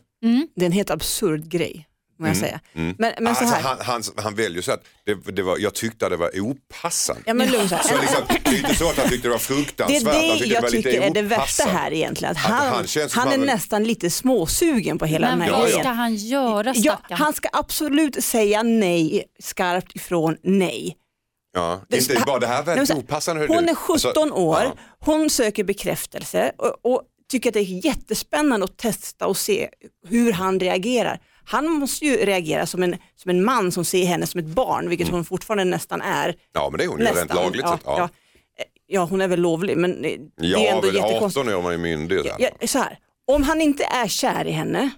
Speaker 1: Det är en helt absurd grej, må jag säga. Men, men så
Speaker 6: Mm. Alltså,
Speaker 1: här.
Speaker 6: han, han, han väljer så att det, det var, jag tyckte att det var opassande.
Speaker 1: Ja, men lugn, så här.
Speaker 6: Så liksom, det är inte så att han tyckte det var
Speaker 1: Det är
Speaker 6: fruktansvärt. han
Speaker 1: det
Speaker 6: tyckte det
Speaker 1: jag
Speaker 6: var lite
Speaker 1: tycker är det värsta
Speaker 6: opassande.
Speaker 1: här egentligen. Att
Speaker 6: han
Speaker 1: han, han,
Speaker 6: känns som
Speaker 1: är
Speaker 6: han-
Speaker 1: nästan lite småsugen på hela
Speaker 7: Men
Speaker 1: den här
Speaker 7: vad
Speaker 1: grejen.
Speaker 7: ska han göra
Speaker 1: Ja,
Speaker 7: stackarn?
Speaker 1: han ska absolut säga nej, skarpt ifrån nej.
Speaker 6: Ja, inte bara det här
Speaker 1: Nej, men
Speaker 6: var väldigt
Speaker 1: så här,
Speaker 6: opassande. hör
Speaker 1: Hon
Speaker 6: du.
Speaker 1: är 17
Speaker 6: Alltså,
Speaker 1: år,
Speaker 6: ja.
Speaker 1: hon söker bekräftelse och, och tycker att det är jättespännande att testa och se hur han reagerar. Han måste ju reagera som en, som en man som ser henne som ett barn, vilket
Speaker 6: Mm.
Speaker 1: hon fortfarande nästan är.
Speaker 6: Ja men det är hon ju
Speaker 1: Nästan.
Speaker 6: rent lagligt
Speaker 1: ja,
Speaker 6: sett. Ja.
Speaker 1: ja. ja, hon är väl lovlig men eh, det
Speaker 6: Ja,
Speaker 1: är ändå
Speaker 6: men
Speaker 1: jättekonstigt.
Speaker 6: 18 år är man ju myndig. där.
Speaker 1: Ja, så här, om han inte är kär i henne,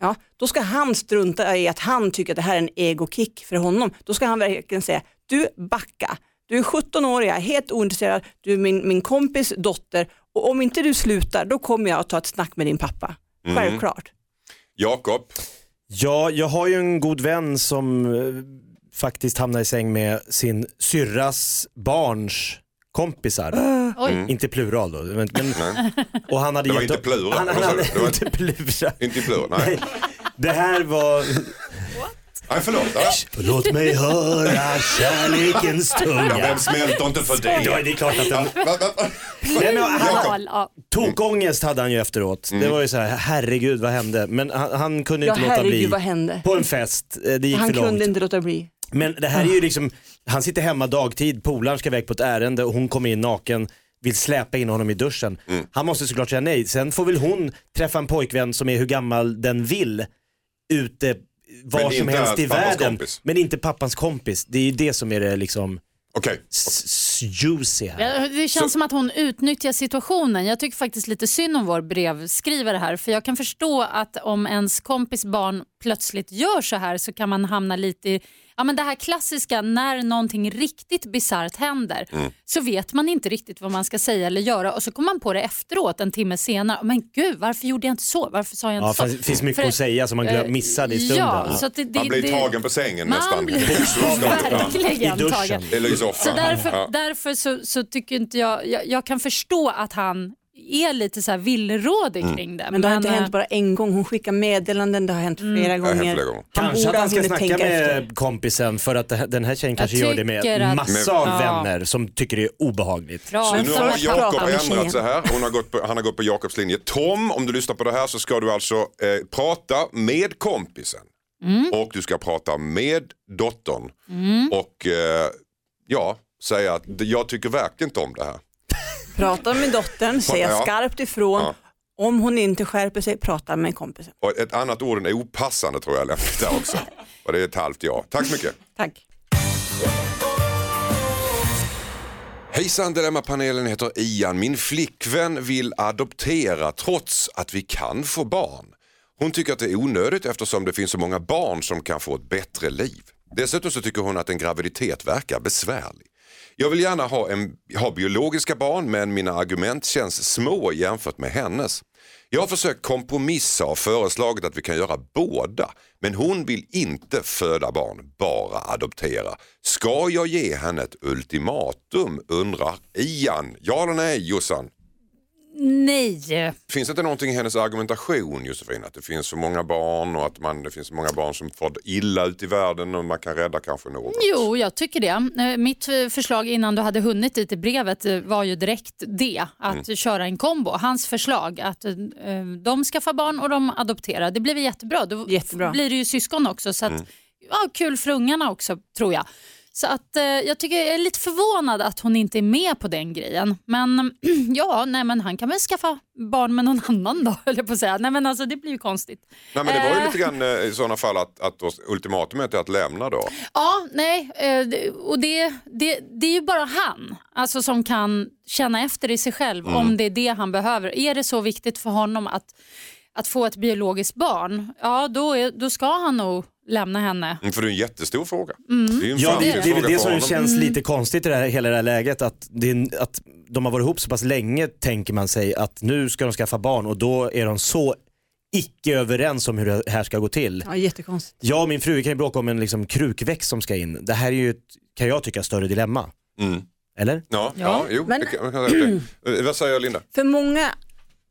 Speaker 1: ja, då ska han strunta i att han tycker att det här är en egokick för honom. Då ska han verkligen säga, du backa, Du är 17 år, jag är helt ointresserad, du är min, min kompis dotter och om inte du slutar då kommer jag att ta ett snack med din pappa.
Speaker 6: Mm.
Speaker 1: Självklart.
Speaker 6: Jakob,
Speaker 8: Ja, jag har ju en god vän som eh, faktiskt hamnar i säng med sin syrras barns kompisar.
Speaker 7: Oj.
Speaker 8: Inte plural då. Men, men, och han hade
Speaker 6: Det var
Speaker 8: gett
Speaker 6: inte
Speaker 8: upp-
Speaker 6: plural.
Speaker 8: Han, han
Speaker 6: Vad sa
Speaker 8: hade
Speaker 6: du? Det var-
Speaker 8: inte plural.
Speaker 6: inte i plur. Nej.
Speaker 8: Det här var,
Speaker 6: Nej, förlåt. Ja.
Speaker 8: låt mig höra kärlekens
Speaker 6: Ja,
Speaker 8: tunga.
Speaker 6: vem smälter inte för
Speaker 8: Ja,
Speaker 6: det?
Speaker 8: det är klart att den,
Speaker 6: Va, va, va?
Speaker 8: Nej, men han-
Speaker 7: Plural, ja.
Speaker 8: Tokångest hade han ju efteråt. Det var ju så här, herregud vad hände? Men han, han kunde
Speaker 1: Ja
Speaker 8: inte låta bli.
Speaker 1: herregud vad hände?
Speaker 8: På en fest, eh, det gick
Speaker 1: Han
Speaker 8: för långt.
Speaker 1: kunde inte låta bli.
Speaker 8: Men det här är ju liksom, han sitter hemma dagtid, polaren ska iväg på ett ärende och hon kommer in naken, vill släpa in honom i duschen. Han måste såklart säga nej. Sen får väl hon träffa en pojkvän som är hur gammal den vill ute var
Speaker 6: Men
Speaker 8: som
Speaker 6: inte
Speaker 8: helst i
Speaker 6: pappans
Speaker 8: världen.
Speaker 6: kompis.
Speaker 8: Men inte pappans kompis. Det är ju det som är det liksom
Speaker 6: Okej,
Speaker 8: s- s- juicy här.
Speaker 7: Ja, Eh, Det känns som att hon utnyttjar situationen. Jag tycker faktiskt lite synd om vår brevskrivare här. För jag kan förstå att om ens kompis barn plötsligt gör så här så kan man hamna lite i ja, men det här klassiska när någonting riktigt bisarrt händer.
Speaker 8: Mm.
Speaker 7: Så vet man inte riktigt vad man ska säga eller göra och så kommer man på det efteråt en timme senare. Men gud, varför gjorde jag inte så? Varför sa jag inte
Speaker 8: Ja,
Speaker 7: så?
Speaker 8: fast det finns mycket
Speaker 7: För-
Speaker 8: att säga som man
Speaker 7: eh,
Speaker 8: glöm, missade i stunden.
Speaker 7: Ja, så att det, det,
Speaker 6: man blir
Speaker 7: det-
Speaker 6: tagen på sängen
Speaker 7: Man
Speaker 6: nästan.
Speaker 7: blir
Speaker 6: Bokstavligt.
Speaker 7: verkligen
Speaker 8: I duschen.
Speaker 7: tagen.
Speaker 6: Eller i soffan.
Speaker 7: Så därför,
Speaker 6: Ja.
Speaker 7: därför så, så tycker inte jag, jag, jag kan förstå att han är lite så här villrådig
Speaker 6: Mm.
Speaker 7: kring det.
Speaker 1: Men det har inte
Speaker 7: eh,
Speaker 1: hänt bara en gång, hon skickar meddelanden, det har hänt flera
Speaker 6: har hänt
Speaker 1: gånger.
Speaker 6: flera gånger.
Speaker 8: Kanske att han ska
Speaker 1: hunnit
Speaker 8: snacka
Speaker 1: tänka
Speaker 8: med
Speaker 1: efter.
Speaker 8: kompisen för att det här- den här tjejen kanske gör det
Speaker 7: tycker
Speaker 8: med
Speaker 7: att-
Speaker 8: massa
Speaker 6: Men-
Speaker 8: av
Speaker 7: Ja.
Speaker 8: vänner som tycker det är obehagligt.
Speaker 7: bra.
Speaker 6: Så
Speaker 1: Men
Speaker 6: nu har
Speaker 1: först prata
Speaker 6: Jakob
Speaker 1: med
Speaker 6: ändrat
Speaker 1: tjejen.
Speaker 6: sig här. Hon har gått på, han har gått på Jakobs linje. Tom, om du lyssnar på det här så ska du alltså eh, prata med kompisen.
Speaker 1: Mm.
Speaker 6: Och du ska prata med dottern. Och eh, ja, säga att jag tycker verkligen inte om det här.
Speaker 1: Prata med dottern, säga
Speaker 6: Ja.
Speaker 1: skarpt ifrån.
Speaker 6: Ja.
Speaker 1: Om hon inte skärper sig, prata med kompisen.
Speaker 6: Och ett annat ord än opassande tror jag lämpligt där också. Och det är ett halvt ja. Tack så mycket.
Speaker 1: Tack.
Speaker 6: Hejsan Dilemmapanelen heter Ian. Min flickvän vill adoptera trots att vi kan få barn. Hon tycker att det är onödigt eftersom det finns så många barn som kan få ett bättre liv. Dessutom så tycker hon att en graviditet verkar besvärlig. Jag vill gärna ha, en, ha biologiska barn men mina argument känns små jämfört med hennes. Jag har försökt kompromissa och föreslagit att vi kan göra båda. Men hon vill inte föda barn, bara adoptera. Ska jag ge henne ett ultimatum undrar Ian. Ja eller nej Jossan?
Speaker 7: Nej,
Speaker 6: Finns det inte någonting i hennes argumentation Josefin? Att det finns så många barn och att man, det finns så många barn som får illa ut i världen och man kan rädda kanske något?
Speaker 7: jo jag tycker det. Eh, Mitt eh, förslag innan du hade hunnit dit i brevet eh, var ju direkt det, att köra en kombo. Hans förslag att eh, de skaffar barn och de adopterar. Det blev jättebra. Då
Speaker 1: Jättebra.
Speaker 7: blir det ju syskon också. Så att, ja, kul för ungarna också tror jag. Så att eh, jag tycker jag är lite förvånad att hon inte är med på den grejen. Men ja, nej men han kan väl skaffa barn med någon annan då, höll jag på att säga. Nej men alltså det blir ju konstigt.
Speaker 6: Nej, men det var ju
Speaker 7: Eh.
Speaker 6: lite grann eh, i sådana fall att, att då ultimatumet är att lämna då.
Speaker 7: Ja, nej, eh, det- och det, det, det är ju bara han alltså, som kan känna efter i sig själv om det är det han behöver. Är det så viktigt för honom att, att få ett biologiskt barn, ja då, är, då ska han nog lämna henne.
Speaker 6: Mm, För det är en jättestor fråga.
Speaker 7: Mm.
Speaker 6: Det är ju en
Speaker 8: Ja, det, det är
Speaker 6: framtidsfråga
Speaker 8: väl det
Speaker 6: för
Speaker 8: som
Speaker 6: honom.
Speaker 8: känns lite konstigt i det här, hela det här läget. Att, det är, en- att de har varit ihop så pass länge tänker man sig att nu ska de skaffa barn och då är de så icke överens om hur det här ska gå till.
Speaker 1: Ja, jättekonstigt.
Speaker 8: Jag och min fru vi kan ju bråka om en liksom, krukväxt som ska in. Det här är ju, ett, kan jag tycka, större dilemma.
Speaker 6: Mm.
Speaker 8: Eller?
Speaker 6: Ja, ja. jo,
Speaker 1: men-
Speaker 6: det kan, man kan säga det. Eh, Vad säger Linda?
Speaker 1: För många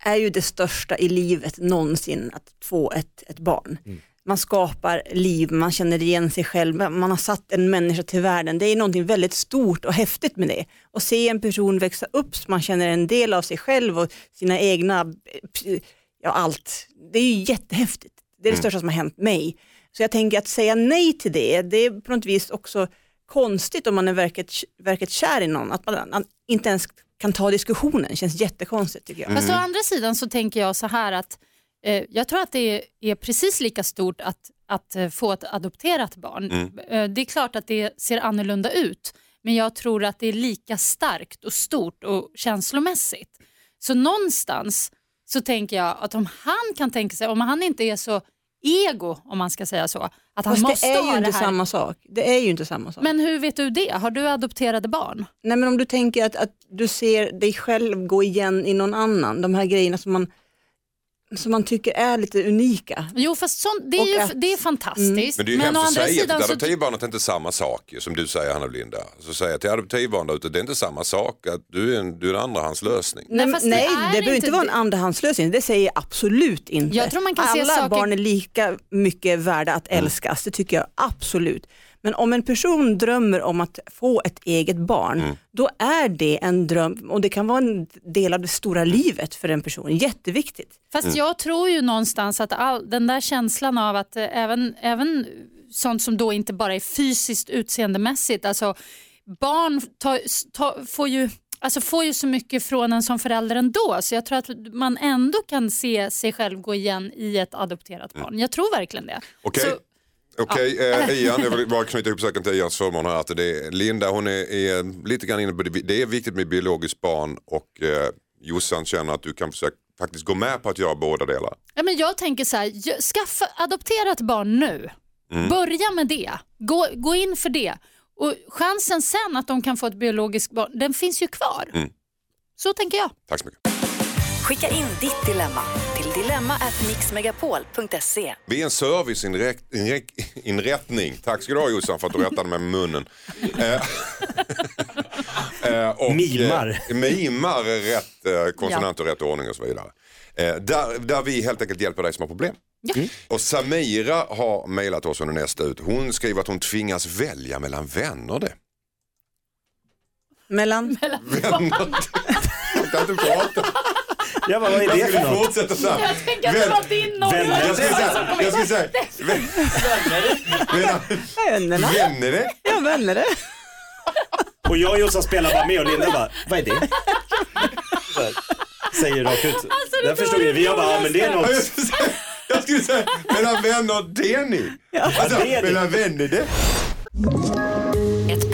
Speaker 1: är ju det största i livet någonsin att få ett, ett barn. Man skapar liv, man känner igen sig själv, man har satt en människa till världen. Det är någonting väldigt stort och häftigt med det. Och se en person växa upp så man känner en del av sig själv och sina egna, ja allt. Det är ju jättehäftigt. Det är det största som har hänt mig. Så jag tänker att säga nej till det, det är på något vis också konstigt om man är verkligt, verkligt kär i någon, att man man inte ens kan ta diskussionen, känns jättekonstigt tycker jag.
Speaker 7: Fast
Speaker 6: Mm.
Speaker 7: å andra sidan så tänker jag så här att eh, jag tror att det är, är precis lika stort att, att eh, få ett adopterat barn.
Speaker 6: Mm.
Speaker 7: Eh, det är klart att det ser annorlunda ut, men jag tror att det är lika starkt och stort och känslomässigt. Så någonstans så tänker jag att om han kan tänka sig, om han inte är så ego om man ska säga så. Att han
Speaker 1: Fast
Speaker 7: måste
Speaker 1: det är ju
Speaker 7: ha
Speaker 1: inte
Speaker 7: det här.
Speaker 1: samma sak. Det är ju inte samma sak.
Speaker 7: Men hur vet du det? Har du adopterade barn?
Speaker 1: Nej men om du tänker att, att du ser dig själv gå igen i någon annan, de här grejerna som man, som man tycker är lite unika.
Speaker 7: Jo fast sånt, det,
Speaker 1: Och Mm.
Speaker 7: är ju,
Speaker 1: att-
Speaker 7: det är fantastiskt.
Speaker 6: Men det är ju hemskt att säga till ett
Speaker 7: så-
Speaker 6: adoptivbarn att det inte är samma sak ju, som du säger Hanna Blinda. Så säga till adoptivbarn där ute, det är inte samma sak att du är en, du är en andrahandslösning.
Speaker 7: Nej,
Speaker 1: Nej,
Speaker 7: fast
Speaker 1: nej
Speaker 7: det
Speaker 1: det,
Speaker 7: är
Speaker 1: behöver
Speaker 7: inte
Speaker 1: inte vara en
Speaker 7: det.
Speaker 1: andrahandslösning, det säger jag absolut inte.
Speaker 7: Jag tror man kan se
Speaker 1: Alla
Speaker 7: saker-
Speaker 1: barn är lika mycket värda att älskas, det tycker jag absolut. Men om en person drömmer om att få ett eget barn, då är det en dröm och det kan vara en del av det stora livet för en person, jätteviktigt.
Speaker 7: Fast jag tror ju någonstans att all, den där känslan av att eh, även, även sånt som då inte bara är fysiskt utseendemässigt, alltså barn ta, ta, får, ju, alltså får ju så mycket från en som förälder ändå, så jag tror att man ändå kan se sig själv gå igen i ett adopterat barn. Jag tror verkligen det.
Speaker 6: Okej,
Speaker 7: Så-
Speaker 6: Okej, eh, Ian, jag vill bara knyta ihop säcken till Ians förmån här. Att det är, Linda hon är, är lite grann inne på det, det är viktigt med biologiskt barn och eh, Jossan känner att du kan försöka faktiskt gå med på att göra båda delar.
Speaker 7: Ja, men jag tänker så här, ju- skaffa, adoptera ett barn nu. Börja med det. Gå, gå in för det. Och chansen sen att de kan få ett biologiskt barn, den finns ju kvar. Så tänker jag.
Speaker 6: Tack så mycket.
Speaker 5: Skicka in ditt dilemma till dilemma@mixmegapol.se.
Speaker 6: Vi är en serviceinrättning. Tack ska du ha Jossan för att du rättade mig med munnen. Eh, eh, och,
Speaker 8: Mimar.
Speaker 6: Eh, mimar rätt eh, konsonant och rätt ordning och så vidare. Eh, där, där vi helt enkelt hjälper dig som har problem. Mm. Och Samira har mejlat oss under nästa ut. Hon skriver att hon tvingas välja mellan vänner det.
Speaker 1: Mellan
Speaker 6: Vänner. Jag kan inte prata.
Speaker 8: Jag bara, vad är det för något?
Speaker 6: Fortsätt så här.
Speaker 7: tänker
Speaker 6: att det var
Speaker 7: din
Speaker 8: Vänner.
Speaker 6: Jag skulle säga, jag skulle säga, vänner,
Speaker 1: vännerna.
Speaker 6: vänner det.
Speaker 1: Ja, vänner det.
Speaker 8: Och jag och Jossan spelar bara med och Linda bara, vad är det? Så här, Säger rakt ut. Där förstod vi, vi jag bara, ja, men det är
Speaker 6: Ja,
Speaker 8: något.
Speaker 6: jag skulle säga- Jag skulle säga mellan vänner det ni. Alltså,
Speaker 8: det är ni.
Speaker 6: mellan vänner det.
Speaker 5: Ett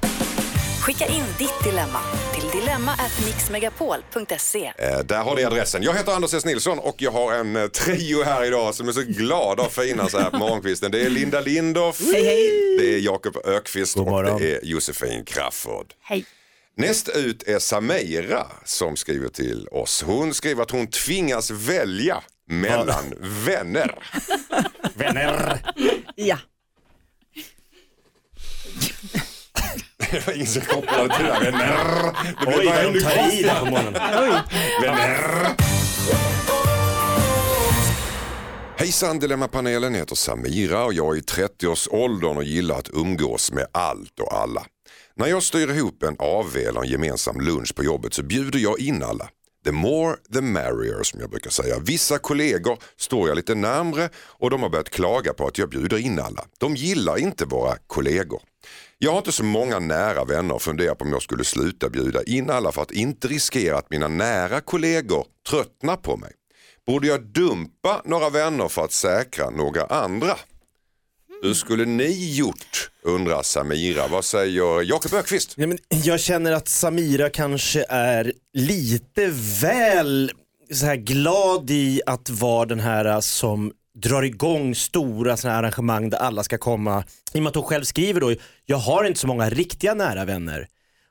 Speaker 5: Skicka in ditt dilemma till dilemma@mixmegapol.se.
Speaker 6: Eh, Där har ni adressen. Jag heter Anders S. Nilsson och jag har en eh, trio här idag som är så glada och fina så här på morgonkvisten. Det är Linda Lindorff, det är Jakob Ökvist och
Speaker 8: morgon.
Speaker 6: det är Josefin Crafoord.
Speaker 7: Hej.
Speaker 6: Näst ut är Samira som skriver till oss. Hon skriver att hon tvingas välja mellan vänner.
Speaker 8: Vänner.
Speaker 1: Ja.
Speaker 6: Det var ingen som kopplade till det där. Vänner. Det blev
Speaker 8: Oj,
Speaker 6: bara
Speaker 8: de
Speaker 6: ännu
Speaker 8: tar i där på morgonen.
Speaker 6: Hejsan Dilemmapanelen, jag heter Samira och jag är i 30-årsåldern och gillar att umgås med allt och alla. När jag styr ihop en AV eller en gemensam lunch på jobbet så bjuder jag in alla. The more the merrier som jag brukar säga. Vissa kollegor står jag lite närmre och de har börjat klaga på att jag bjuder in alla. De gillar inte våra kollegor. Jag har inte så många nära vänner och funderar på om jag skulle sluta bjuda in alla för att inte riskera att mina nära kollegor tröttnar på mig. Borde jag dumpa några vänner för att säkra några andra? Hur skulle ni gjort? undrar Samira. Vad säger Jakob Ökvist?
Speaker 8: Nej, men jag känner att Samira kanske är lite väl så här glad i att vara den här eh, som drar igång stora såna här arrangemang där alla ska komma. I och med att hon själv skriver då, jag har inte så många riktiga nära vänner.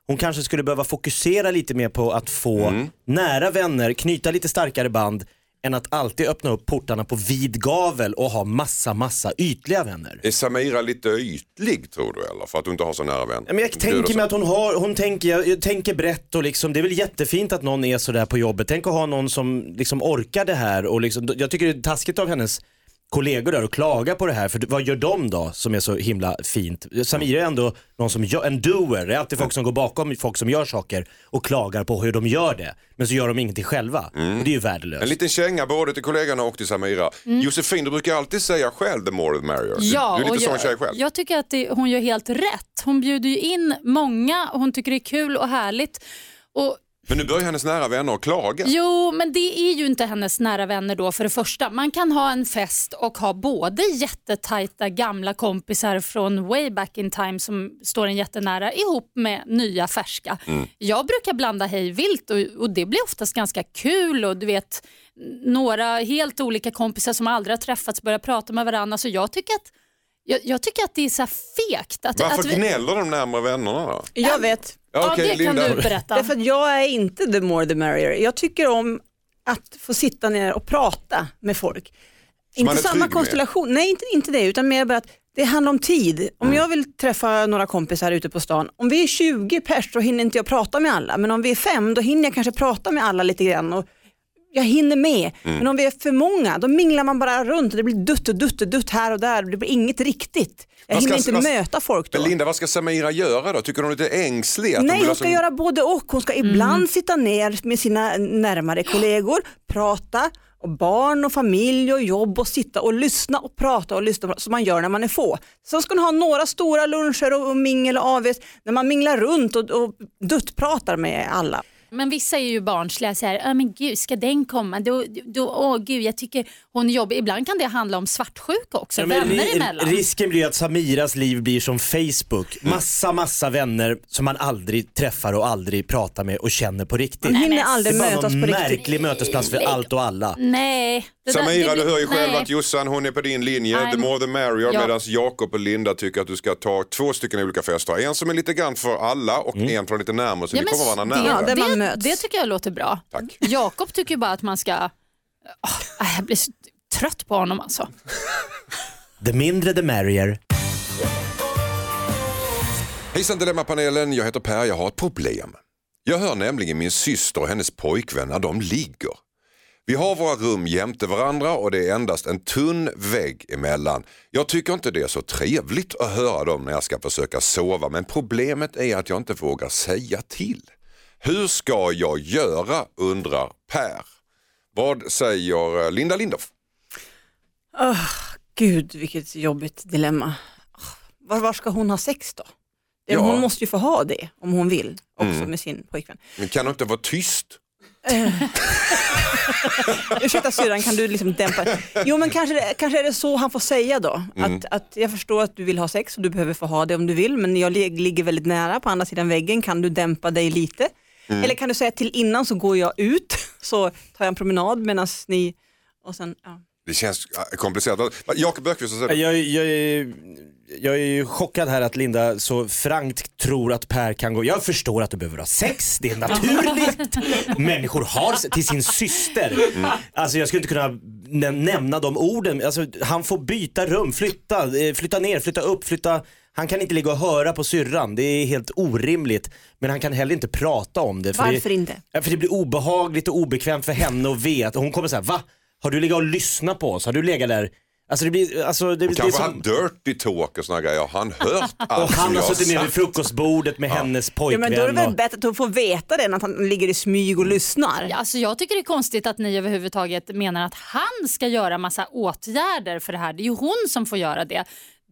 Speaker 8: Hon kanske skulle behöva fokusera lite mer på att få nära vänner, knyta lite starkare band än att alltid öppna upp portarna på vid gavel och ha massa, massa ytliga vänner.
Speaker 6: Är Samira lite ytlig tror du eller? För att du inte har så nära vänner?
Speaker 8: Ja, Men jag tänker mig att hon har, hon tänker, jag, jag tänker brett och liksom, det är väl jättefint att någon är sådär på jobbet. Tänk att ha någon som liksom orkar det här och liksom, jag tycker det är taskigt av hennes kollegor där och klagar på det här. För vad gör de då som är så himla fint? Samira är ändå någon som gör, en doer. Det är alltid folk som går bakom folk som gör saker och klagar på hur de gör det. Men så gör de ingenting själva. Och det är ju värdelöst.
Speaker 6: En liten känga både till kollegorna och till Samira.
Speaker 8: Mm.
Speaker 6: Josefin, du brukar alltid säga själv the more the merrier. Du-
Speaker 7: Ja,
Speaker 6: du är
Speaker 7: och
Speaker 6: lite sån tjej
Speaker 7: jag,
Speaker 6: själv.
Speaker 7: jag tycker att det, hon gör helt rätt. Hon bjuder ju in många och hon tycker det är kul och härligt. Och
Speaker 6: Men nu börjar hennes nära vänner att klaga.
Speaker 7: Jo, men det är ju inte hennes nära vänner då för det första. Man kan ha en fest och ha både jättetajta gamla kompisar från way back in time som står en jättenära ihop med nya färska.
Speaker 6: Mm.
Speaker 7: Jag brukar blanda hej vilt och, och det blir oftast ganska kul och du vet några helt olika kompisar som aldrig har träffats börjar prata med varandra så jag tycker att, jag, jag tycker att det är så här fegt. Att,
Speaker 6: Varför
Speaker 7: att vi-
Speaker 6: gnäller de närmare vännerna då?
Speaker 1: Jag vet,
Speaker 7: Ja,
Speaker 6: okej,
Speaker 7: det kan
Speaker 6: Linda.
Speaker 7: du berätta.
Speaker 1: därför att jag är inte the more the merrier. Jag tycker om att få sitta ner och prata med folk.
Speaker 6: man
Speaker 1: inte
Speaker 6: är trygg
Speaker 1: samma
Speaker 6: med.
Speaker 1: konstellation, nej inte, inte det, utan mer bara att det handlar om tid. Om
Speaker 6: Mm.
Speaker 1: jag vill träffa några kompisar ute på stan, om vi är 20 pers så hinner inte jag prata med alla, men om vi är fem då hinner jag kanske prata med alla lite grann. Och jag hinner med,
Speaker 6: Mm.
Speaker 1: men om vi är för många då minglar man bara runt och det blir dutt och dutt och dutt här och där och det blir inget riktigt. Jag
Speaker 6: Vad ska-
Speaker 1: hinner inte
Speaker 6: vad-
Speaker 1: möta folk då.
Speaker 6: Men Linda, vad ska Samira göra då? Tycker hon är lite ängslig? Att
Speaker 1: Nej,
Speaker 6: vill ha
Speaker 1: hon ska
Speaker 6: sån-
Speaker 1: göra både och. Hon ska ibland sitta ner med sina närmare kollegor, prata, och barn och familj och jobb och sitta och lyssna och prata och lyssna som man gör när man är få. Sen ska hon ha några stora luncher och, och mingel och AWs när man minglar runt och, och duttpratar med alla.
Speaker 7: Men vissa är ju barnsliga så här, "Ja, men gud ska den komma? Då, då, åh gud jag tycker hon är jobbig. Ibland kan det handla om svartsjuka också,
Speaker 8: Ja, men
Speaker 7: vänner
Speaker 8: ri-
Speaker 7: emellan.
Speaker 8: Risken blir att Samiras liv blir som Facebook. Massa, massa vänner som man aldrig träffar och aldrig pratar med och känner på riktigt.
Speaker 1: Man hinner
Speaker 8: Det är
Speaker 1: aldrig
Speaker 8: bara
Speaker 1: mötas
Speaker 8: en
Speaker 1: på riktigt.
Speaker 8: märklig mötesplats för allt och alla.
Speaker 7: Nej. det där-
Speaker 6: Samira,
Speaker 7: det
Speaker 6: du
Speaker 7: blir-
Speaker 6: hör ju själv
Speaker 7: nej.
Speaker 6: att Jossan hon är på din linje,
Speaker 7: Nej,
Speaker 6: the more the merrier,
Speaker 7: ja.
Speaker 6: medan Jakob och Linda tycker att du ska ta två stycken olika fester. En som är lite grann för alla och en från lite närmare så
Speaker 7: Ja,
Speaker 6: ni
Speaker 7: men
Speaker 6: kommer varandra
Speaker 7: det,
Speaker 6: närmare.
Speaker 1: Ja, där man
Speaker 7: det,
Speaker 1: möts.
Speaker 7: det tycker jag låter bra.
Speaker 6: Tack.
Speaker 7: Jakob tycker ju bara att man ska, Åh, äh, jag blir så trött på honom alltså.
Speaker 8: The mindre the merrier.
Speaker 6: Hejsan Dilemmapanelen, jag heter Per, jag har ett problem. Jag hör nämligen min syster och hennes pojkvän när de ligger. Vi har våra rum jämte varandra och det är endast en tunn vägg emellan. Jag tycker inte det är så trevligt att höra dem när jag ska försöka sova men problemet är att jag inte vågar säga till. Hur ska jag göra undrar Per. Vad säger eh, Linda Lindorff?
Speaker 1: Gud vilket jobbigt dilemma. Ah, Var, var ska hon ha sex då? Det-
Speaker 6: Ja.
Speaker 1: Hon måste ju få ha det om hon vill också med sin pojkvän.
Speaker 6: Kan du inte vara tyst?
Speaker 1: Ursäkta syrran, kan du liksom dämpa? Jo men kanske, det- kanske är det så han får säga då. Att, att jag förstår att du vill ha sex och du behöver få ha det om du vill men jag lig- ligger väldigt nära på andra sidan väggen, kan du dämpa dig lite? Eller kan du säga till innan så går jag ut så tar jag en promenad medan ni och sen, ja.
Speaker 6: Det känns eh, komplicerat. Jakob Björkqvist, vad säger du?
Speaker 8: Jag, jag, är- jag är ju chockad här att Linda så frankt tror att Per kan gå. Jag förstår att du behöver ha sex, det är naturligt. Människor har se- till sin syster. Alltså jag skulle inte kunna nä- nämna de orden. Alltså, han får byta rum, flytta, eh, flytta ner, flytta upp, flytta. Han kan inte ligga och höra på syrran, det är helt orimligt. Men han kan heller inte prata om det. för det-
Speaker 1: Varför inte?
Speaker 8: Ja, för det blir obehagligt och obekvämt för henne att veta. Hon kommer säga va? Har du legat och lyssnat på oss? Har du legat där? Alltså det blir, alltså det, det är
Speaker 6: Kanske
Speaker 8: som...
Speaker 6: han dirty talk och såna grejer. Har Han hört
Speaker 8: Och
Speaker 6: allt som
Speaker 8: han har
Speaker 6: jag
Speaker 8: suttit ner
Speaker 6: sagt?
Speaker 8: vid frukostbordet med hennes
Speaker 1: Ja,
Speaker 8: pojkvän.
Speaker 1: men då är det väl
Speaker 8: och...
Speaker 1: bättre att hon får veta det än att han ligger i smyg och lyssnar.
Speaker 7: Ja, Alltså jag tycker det är konstigt att ni överhuvudtaget menar att han ska göra massa åtgärder för det här. Det är ju hon som får göra det.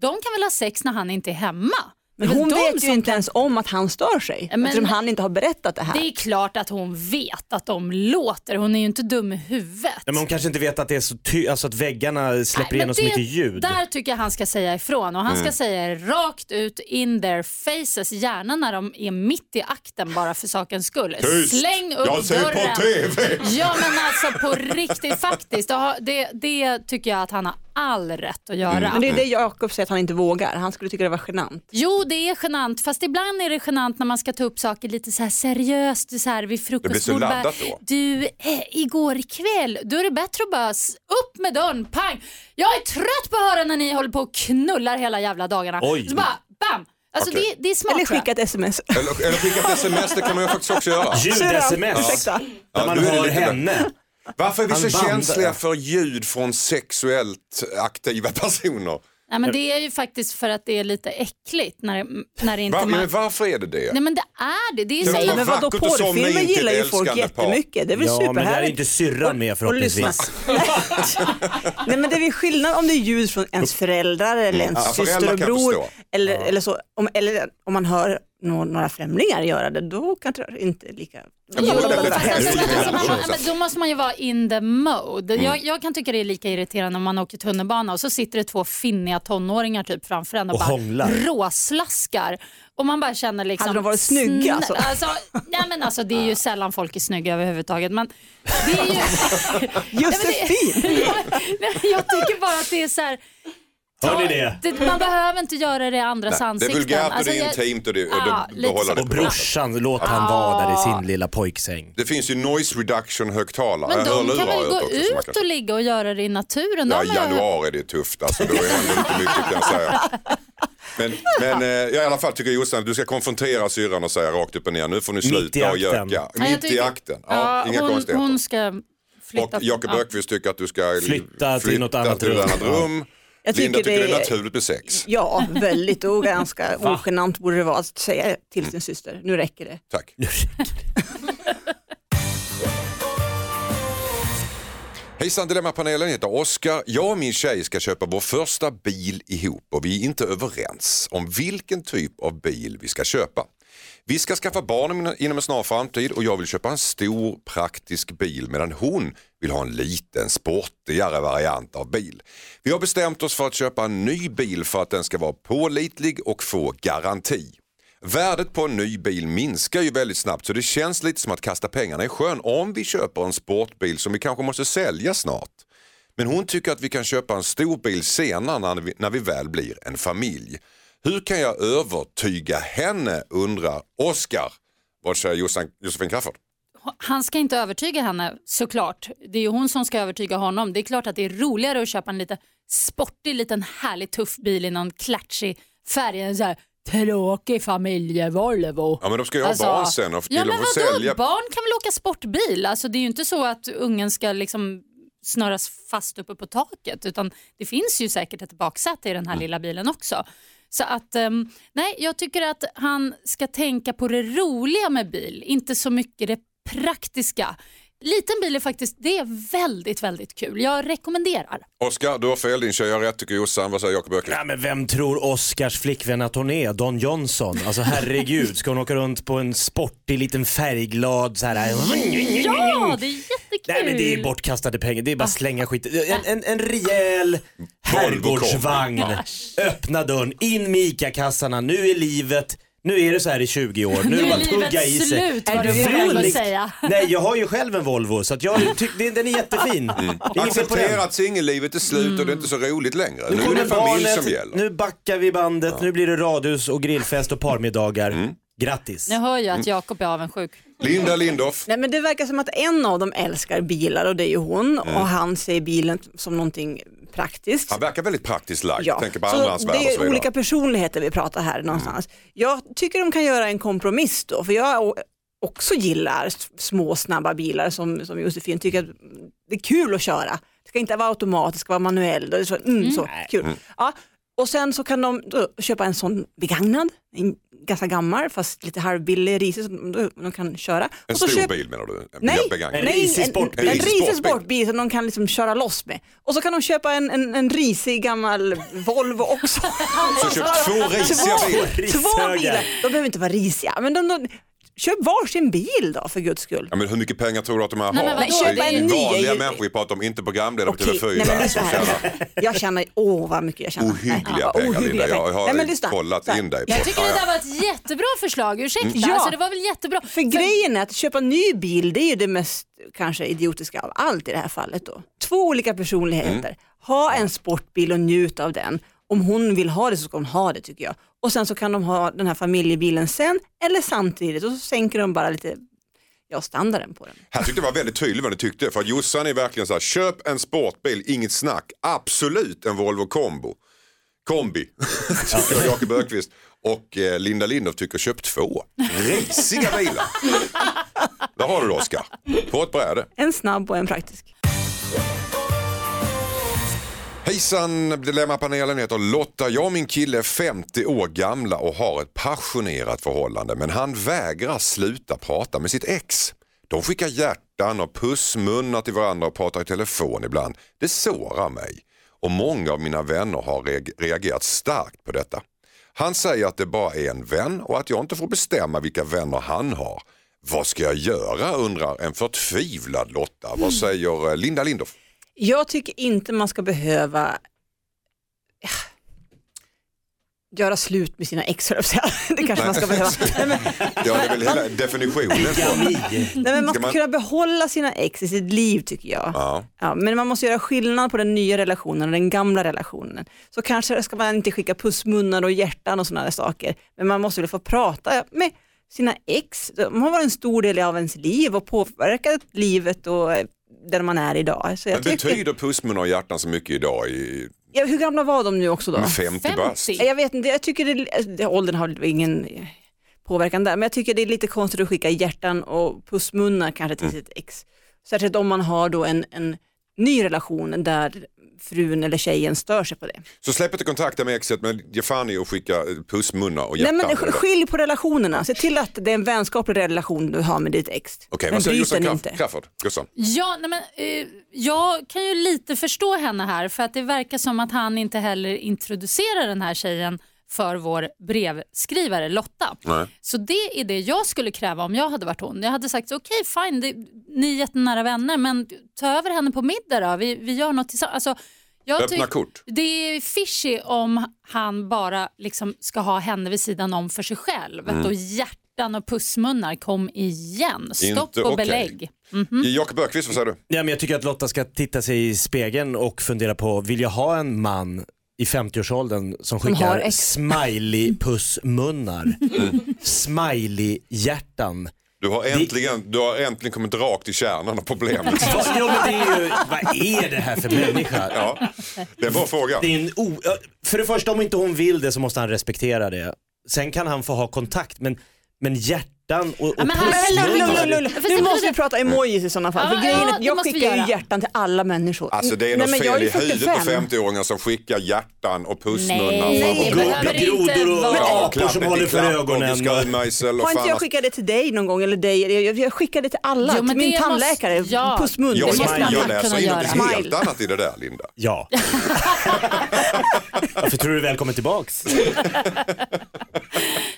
Speaker 7: De kan väl ha sex när han inte är hemma?
Speaker 1: Men
Speaker 7: Det är väl
Speaker 1: hon
Speaker 7: de
Speaker 1: vet ju
Speaker 7: som
Speaker 1: inte ens om att han stör sig
Speaker 7: Ja, men-
Speaker 1: eftersom han inte har berättat det här.
Speaker 7: Det är klart att hon vet att de låter. Hon är ju inte dum i huvudet.
Speaker 8: Nej, men hon kanske inte vet att det är så ty... alltså att väggarna släpper
Speaker 7: Nej, men
Speaker 8: igenom så
Speaker 7: det-
Speaker 8: mycket ljud. Mm.
Speaker 7: Där tycker jag han ska säga ifrån och han ska säga rakt ut in their faces, gärna när de är mitt i akten bara för sakens skull. Släng upp
Speaker 6: Jag ser
Speaker 7: dörren.
Speaker 6: på TV!
Speaker 7: Ja men alltså på riktigt faktiskt. Det har- Det, det tycker jag att han har all rätt att göra.
Speaker 8: Mm.
Speaker 1: Men det är det Jakob säger att han inte vågar. Han skulle tycka det var genant.
Speaker 7: Jo, det är genant. Fast ibland är det genant när man ska ta upp saker lite så här seriöst så här vid frukostbordet.
Speaker 6: laddat
Speaker 7: Bara,
Speaker 6: då.
Speaker 7: Du, eh, igår ikväll, då är det bättre att bara s- upp med dörren, pang. Jag är trött på att höra när ni håller på och knullar hela jävla dagarna.
Speaker 8: Oj.
Speaker 7: Så bara, bam. Alltså
Speaker 6: Okej.
Speaker 7: det, det är smart.
Speaker 1: Eller
Speaker 7: tror jag.
Speaker 1: skicka ett sms.
Speaker 8: Alltså,
Speaker 6: Eller, eller skicka ett sms, det kan man ju faktiskt också göra.
Speaker 8: Ljud-sms.
Speaker 1: Ursäkta.
Speaker 8: Där
Speaker 6: Ja,
Speaker 8: man
Speaker 6: nu är det
Speaker 8: hör
Speaker 6: lite
Speaker 8: henne.
Speaker 6: Varför är vi så
Speaker 8: Han band-
Speaker 6: känsliga för ljud från sexuellt aktiva personer?
Speaker 7: Nej, men det är ju faktiskt för att det är lite äckligt när, det- när det inte
Speaker 6: Var,
Speaker 7: man...
Speaker 6: men varför är det det?
Speaker 7: Nej men det är det. Det är ju
Speaker 6: Det
Speaker 7: så
Speaker 6: var
Speaker 1: Nej
Speaker 6: vad
Speaker 1: men
Speaker 7: jävla...
Speaker 1: vadå,
Speaker 6: vackert att somna in
Speaker 1: porrfilmer
Speaker 6: till
Speaker 1: gillar ju
Speaker 6: ett
Speaker 1: folk
Speaker 6: älskande par.
Speaker 1: jättemycket. Det är väl
Speaker 8: Ja, men det är
Speaker 1: superhärligt.
Speaker 8: inte syrran med
Speaker 1: och lyssna.
Speaker 8: förhoppningsvis.
Speaker 1: Nej men det är väl skillnad om det är ljud från ens föräldrar eller ens
Speaker 6: Ja, föräldrar
Speaker 1: syster och
Speaker 6: kan jag
Speaker 1: bror.
Speaker 6: förstå.
Speaker 1: Eller, eller, så, om, eller om man hör nå- några främlingar göra det, då kanske det inte är lika...
Speaker 7: Jo,
Speaker 6: det är
Speaker 7: fast
Speaker 6: lite
Speaker 7: alltså,
Speaker 6: hemskt.
Speaker 7: alltså, man- man- men Då måste man ju vara in the mode.
Speaker 6: Mm.
Speaker 7: Jag, jag kan tycka det är lika irriterande om man åker tunnelbana och så sitter det två finniga tonåringar typ framför en och,
Speaker 8: Och
Speaker 7: bara
Speaker 8: hånglar.
Speaker 7: råslaskar. Och man bara känner liksom...
Speaker 1: Hade de varit snygga,
Speaker 7: sn-
Speaker 1: alltså?
Speaker 7: alltså? Nej men alltså det är ju sällan folk är snygga överhuvudtaget. Men det är ju...
Speaker 1: Josefin!
Speaker 7: Nej, men jag tycker bara att det är så här...
Speaker 8: Hör ni det?
Speaker 7: Det, man behöver inte göra det i andras
Speaker 6: Det är
Speaker 7: ansikten.
Speaker 6: vulgärt och
Speaker 7: Alltså,
Speaker 6: det är
Speaker 7: jag-
Speaker 6: intimt och det, och
Speaker 7: Ja,
Speaker 6: det
Speaker 7: lite så.
Speaker 6: behåller det.
Speaker 8: Och
Speaker 6: på något sätt.
Speaker 8: brorsan, låt han vara där i
Speaker 1: Ah.
Speaker 8: sin lilla pojksäng.
Speaker 6: Det finns ju noise reduction högtalare.
Speaker 7: Men de
Speaker 6: Hörlurar
Speaker 7: kan
Speaker 6: har
Speaker 7: väl
Speaker 6: jag
Speaker 7: gå
Speaker 6: hört också som man kan-
Speaker 7: ut och ligga och göra det i naturen?
Speaker 6: Ja,
Speaker 7: De är-
Speaker 6: januari är det tufft alltså. Då är det ändå inte mycket kan jag säga. Men, men eh, jag i alla fall tycker Jossan att du ska konfrontera syrran och säga rakt upp och ner, nu får ni sluta och
Speaker 8: akten.
Speaker 6: göka.
Speaker 7: Nej, jag
Speaker 6: Mitt i
Speaker 7: tycker-
Speaker 6: akten. Ja, inga
Speaker 7: hon,
Speaker 6: konstigheter.
Speaker 7: hon ska
Speaker 6: och
Speaker 7: flytta.
Speaker 6: Jakob
Speaker 7: ja.
Speaker 6: Ökvist tycker att du ska li-
Speaker 8: Flytta till något annat
Speaker 6: till ett
Speaker 8: rum.
Speaker 6: annat rum.
Speaker 1: Jag
Speaker 6: Linda
Speaker 1: tycker
Speaker 6: tycker det
Speaker 1: det
Speaker 6: är
Speaker 1: är-
Speaker 6: naturligt med sex.
Speaker 1: Ja, väldigt och ganska ogenant borde det vara att säga till sin syster, nu räcker det.
Speaker 6: Tack. Hejsan Dilemmapanelen, jag heter Oskar. Jag och min tjej ska köpa vår första bil ihop och vi är inte överens om vilken typ av bil vi ska köpa. Vi ska skaffa barn inom en snar framtid och jag vill köpa en stor praktisk bil medan hon vill ha en liten sportigare variant av bil. Vi har bestämt oss för att köpa en ny bil för att den ska vara pålitlig och få garanti. Värdet på en ny bil minskar ju väldigt snabbt så det känns lite som att kasta pengarna i sjön om vi köper en sportbil som vi kanske måste sälja snart. Men hon tycker att vi kan köpa en stor bil senare när vi, när vi väl blir en familj. Hur kan jag övertyga henne undrar Oskar. Vad säger Jossan- Josefin Crafoord?
Speaker 7: Han ska inte övertyga henne såklart. Det är ju hon som ska övertyga honom. Det är klart att det är roligare att köpa en lite sportig, liten härlig tuff bil i någon klatschig färg. En så här tråkig familjevolvo. Alltså,
Speaker 6: Ja men de ska ju ha barn sen och
Speaker 7: ja,
Speaker 6: vill
Speaker 7: men
Speaker 6: de
Speaker 7: vadå?
Speaker 6: få sälja.
Speaker 7: Barn kan väl åka sportbil? Alltså, det är ju inte så att ungen ska liksom snöras fast uppe på taket utan det finns ju säkert ett baksäte i den här lilla bilen också. Så att, ehm, nej, jag tycker att han ska tänka på det roliga med bil, inte så mycket det praktiska. Liten bil är faktiskt, det är väldigt, väldigt kul. Jag rekommenderar.
Speaker 6: Oskar du har fel, din tjej har rätt tycker Jossan. Vad säger Jakob Öqvist?
Speaker 8: Ja, men vem tror Oscars flickvän att hon är? Don Johnson? Alltså herregud, ska hon åka runt på en sportig liten färgglad så här?
Speaker 7: Ja, Ah. det är jättekul.
Speaker 8: Nej men det är bortkastade pengar, det är bara slänga skit. En, en, en rejäl herrgårdsvagn. Öppna dörren, in med ICA-kassarna, nu är livet, nu är det så här i 20 år. Nu,
Speaker 7: Nu är
Speaker 8: bara
Speaker 7: livet
Speaker 8: tugga i sig.
Speaker 7: slut, vad du
Speaker 8: det
Speaker 7: vill
Speaker 8: ful?
Speaker 7: väl säga.
Speaker 8: Nej jag har ju själv en Volvo så att jag tyck, det- den är
Speaker 7: Mm.
Speaker 8: jättefin. Det är inget fel på den.
Speaker 6: Acceptera att singellivet är slut och det är inte så roligt längre. Nu,
Speaker 8: Nu
Speaker 6: är
Speaker 8: kommer
Speaker 6: det familj
Speaker 8: barnet,
Speaker 6: som gäller.
Speaker 8: nu backar vi bandet, nu blir det radhus och grillfest och parmiddagar.
Speaker 6: Mm.
Speaker 8: Grattis!
Speaker 7: Jag hör ju att Jakob är avundsjuk.
Speaker 6: Linda Lindorff.
Speaker 1: Nej men det verkar som att en av dem älskar bilar och det är ju hon och han ser bilen som någonting praktiskt.
Speaker 6: Mm. Han verkar väldigt praktiskt lagd. Tänker på
Speaker 1: så
Speaker 6: andrahandsvärde och så
Speaker 1: det är
Speaker 6: vidare. Mm.
Speaker 1: olika personligheter vi pratar här någonstans. Jag tycker de kan göra en kompromiss då, för jag o- också gillar s- små snabba bilar som, som Josefin tycker att det är kul att köra. Det ska inte vara automatiskt, det ska vara manuellt. och så, mm, så, kul. Ja, och sen så kan de då köpa en sån begagnad, en ganska gammal fast lite halvbillig, risig som de, de kan köra.
Speaker 6: En
Speaker 1: och så
Speaker 6: stor
Speaker 1: köp-
Speaker 6: bil menar du? En
Speaker 1: Nej,
Speaker 6: begagnad?
Speaker 8: En
Speaker 1: nej,
Speaker 8: risig
Speaker 1: en-
Speaker 8: sportbil.
Speaker 1: En
Speaker 6: En risig
Speaker 1: risig
Speaker 6: sportbil.
Speaker 1: sportbil som de kan liksom köra loss med. Och så kan de köpa en, en, en risig gammal Volvo också.
Speaker 6: Så köp två risiga bilar.
Speaker 1: Två bilar. De behöver inte vara risiga. Men de, de, köp varsin bil då för guds skull.
Speaker 6: Ja, men hur mycket pengar tror du att de här
Speaker 7: Nej,
Speaker 6: har?
Speaker 7: men vadå?
Speaker 6: Det är
Speaker 7: Köpa en ny
Speaker 6: vanliga
Speaker 1: är ju-
Speaker 6: människor vi pratar om, inte programledare på
Speaker 1: Okej,
Speaker 6: TV4.
Speaker 1: nej, men det är så
Speaker 6: som
Speaker 1: här.
Speaker 6: tjänar
Speaker 1: Jag känner, åh vad mycket jag tjänar. Nej,
Speaker 6: ohyggliga
Speaker 1: ja,
Speaker 6: pengar
Speaker 1: ohyggliga
Speaker 6: Linda. Jag
Speaker 1: pengar.
Speaker 6: har
Speaker 1: Nej, men lyssna.
Speaker 6: kollat
Speaker 1: Så här.
Speaker 6: in dig. På.
Speaker 7: Jag tycker det
Speaker 6: Ja,
Speaker 7: där var ett jättebra förslag, ursäkta.
Speaker 1: Ja.
Speaker 7: Alltså, det var väl jättebra.
Speaker 1: För grejen är att köpa ny bil det är ju det mest kanske idiotiska av allt i det här fallet då. Två olika personligheter. Ha en sportbil och njut av den. Om hon vill ha det så ska hon ha det tycker jag. Och sen så kan de ha den här familjebilen sen eller samtidigt och så sänker de bara lite ja, standarden på den.
Speaker 6: Här tyckte jag var väldigt tydlig vad ni tyckte. För att Jossan är verkligen så här, köp en sportbil, inget snack. Absolut en Volvo kombo. Kombi, tycker jag, Jakob Öqvist. Och eh, Linda Lindorff tycker köp två. Risiga bilar. Där har du det Oskar. På ett bräde.
Speaker 1: En snabb och en praktisk.
Speaker 6: Hejsan Dilemmapanelen heter Lotta. Jag och min kille är 50 år gamla och har ett passionerat förhållande men han vägrar sluta prata med sitt ex. De skickar hjärtan och pussmunnar till varandra och pratar i telefon ibland. Det sårar mig och många av mina vänner har reag- reagerat starkt på detta. Han säger att det bara är en vän och att jag inte får bestämma vilka vänner han har. Vad ska jag göra undrar en förtvivlad Lotta. Vad säger eh, Linda Lindorff?
Speaker 1: Jag tycker inte man ska behöva eh, göra slut med sina ex, höll jag på att säga. Det kanske man ska behöva. Nej, men,
Speaker 6: Ja, det är väl hela definitionen. på-
Speaker 1: nej, men man
Speaker 6: Ska
Speaker 1: ska
Speaker 6: man-
Speaker 1: kunna behålla sina ex i sitt liv tycker jag.
Speaker 6: Ja.
Speaker 1: Ja, men man måste göra skillnad på den nya relationen och den gamla relationen. Så kanske ska man inte skicka pussmunnar och hjärtan och sådana där saker. Men man måste väl få prata med sina ex. De har varit en stor del av ens liv och påverkat livet och eh, där man är idag. Så jag
Speaker 6: Men
Speaker 1: tycker,
Speaker 6: betyder pussmunnar och hjärtan så mycket idag? I
Speaker 1: ja, hur gamla var de nu också då?
Speaker 6: 50 bast?
Speaker 7: 50.
Speaker 1: Jag vet inte, jag tycker det, det, åldern har ingen eh, påverkan där, men jag tycker det är lite konstigt att skicka hjärtan och pussmunnar kanske till
Speaker 6: Mm.
Speaker 1: sitt ex. Särskilt om man har då en, en ny relation där frun eller tjejen stör sig på det.
Speaker 6: Så släpp inte kontakten med exet men ge fan i att skicka eh, pussmunnar och
Speaker 1: Nej
Speaker 6: hjärtan.
Speaker 1: men sk- skilj på relationerna, se till att det är en vänskaplig relation du har med ditt ex.
Speaker 6: Okej,
Speaker 1: men
Speaker 6: vad säger
Speaker 1: bryt
Speaker 6: Gustav
Speaker 1: den
Speaker 6: Crafoord?
Speaker 1: inte.
Speaker 6: Crafoord? Gustav?
Speaker 7: Ja, nej men, eh, jag kan ju lite förstå henne här för att det verkar som att han inte heller introducerar den här tjejen för vår brevskrivare Lotta.
Speaker 6: Nej.
Speaker 7: Så det är det jag skulle kräva om jag hade varit hon. Jag hade sagt okej fine, det, ni är jättenära vänner men ta över henne på middag då, vi, vi gör något tillsammans. Alltså, jag
Speaker 6: Öppna
Speaker 7: tyck-
Speaker 6: kort.
Speaker 7: Det är fishy om han bara liksom ska ha henne vid sidan om för sig själv. Och hjärtan och pussmunnar, kom igen. Stopp
Speaker 6: Mm. Inte
Speaker 7: och
Speaker 6: okej.
Speaker 7: belägg.
Speaker 1: Mhm.
Speaker 6: Jakob Bergqvist, vad säger du?
Speaker 8: Ja, men jag tycker att Lotta ska titta sig i spegeln och fundera på, vill jag ha en man i 50-årsåldern som
Speaker 1: har
Speaker 8: skickar
Speaker 1: ex.
Speaker 8: smiley-pussmunnar,
Speaker 6: Mm.
Speaker 8: smiley-hjärtan?
Speaker 6: Du har, äntligen, du har äntligen kommit rakt i kärnan av problemet.
Speaker 8: Vad, ja, men det är ju, vad är det här för människa?
Speaker 6: ja, det är en bra fråga.
Speaker 8: Det är en o, ja, för det första, om inte hon vill det så måste han respektera det. Sen kan han få ha kontakt, men, men hjärtan och, och
Speaker 7: men
Speaker 1: Men
Speaker 7: han-
Speaker 8: pussmunnar-
Speaker 1: lugn, lugn, lugn, lugn.
Speaker 7: Fast
Speaker 1: Nu
Speaker 7: det-
Speaker 1: måste vi prata emojis i sådana fall.
Speaker 7: Ja,
Speaker 1: För grejen
Speaker 7: ja,
Speaker 1: är att
Speaker 7: det
Speaker 1: jag
Speaker 7: måste vi
Speaker 1: skickar ju
Speaker 7: göra.
Speaker 1: hjärtan till alla människor.
Speaker 6: Alltså det är
Speaker 1: Nej,
Speaker 6: något
Speaker 1: men jag
Speaker 6: fel
Speaker 1: ju
Speaker 6: i huvudet på
Speaker 1: 45.
Speaker 6: 50-åringar som skickar hjärtan och pussmunnar.
Speaker 7: Nej,
Speaker 6: framför
Speaker 7: det
Speaker 6: gubben.
Speaker 7: behöver inte
Speaker 8: grodor och
Speaker 7: vara-
Speaker 6: Ja,
Speaker 8: apor som
Speaker 6: klappet i
Speaker 8: håller för
Speaker 6: klapp och
Speaker 8: ögonen.
Speaker 6: Skalmejsel och
Speaker 1: Har inte
Speaker 6: fan
Speaker 1: jag skickat det till dig någon gång eller dig? Jag- Jag, jag skickade det till alla,
Speaker 7: Jo, men
Speaker 1: till min
Speaker 7: det måste-
Speaker 1: tandläkare.
Speaker 7: ja.
Speaker 1: Pussmun.
Speaker 7: Det
Speaker 6: Jag,
Speaker 7: måste man
Speaker 6: jag, jag
Speaker 7: kunna
Speaker 6: läser in
Speaker 7: göra.
Speaker 6: något helt
Speaker 1: Smile.
Speaker 6: annat i det där Linda.
Speaker 8: Ja. Varför tror du välkommen tillbaks?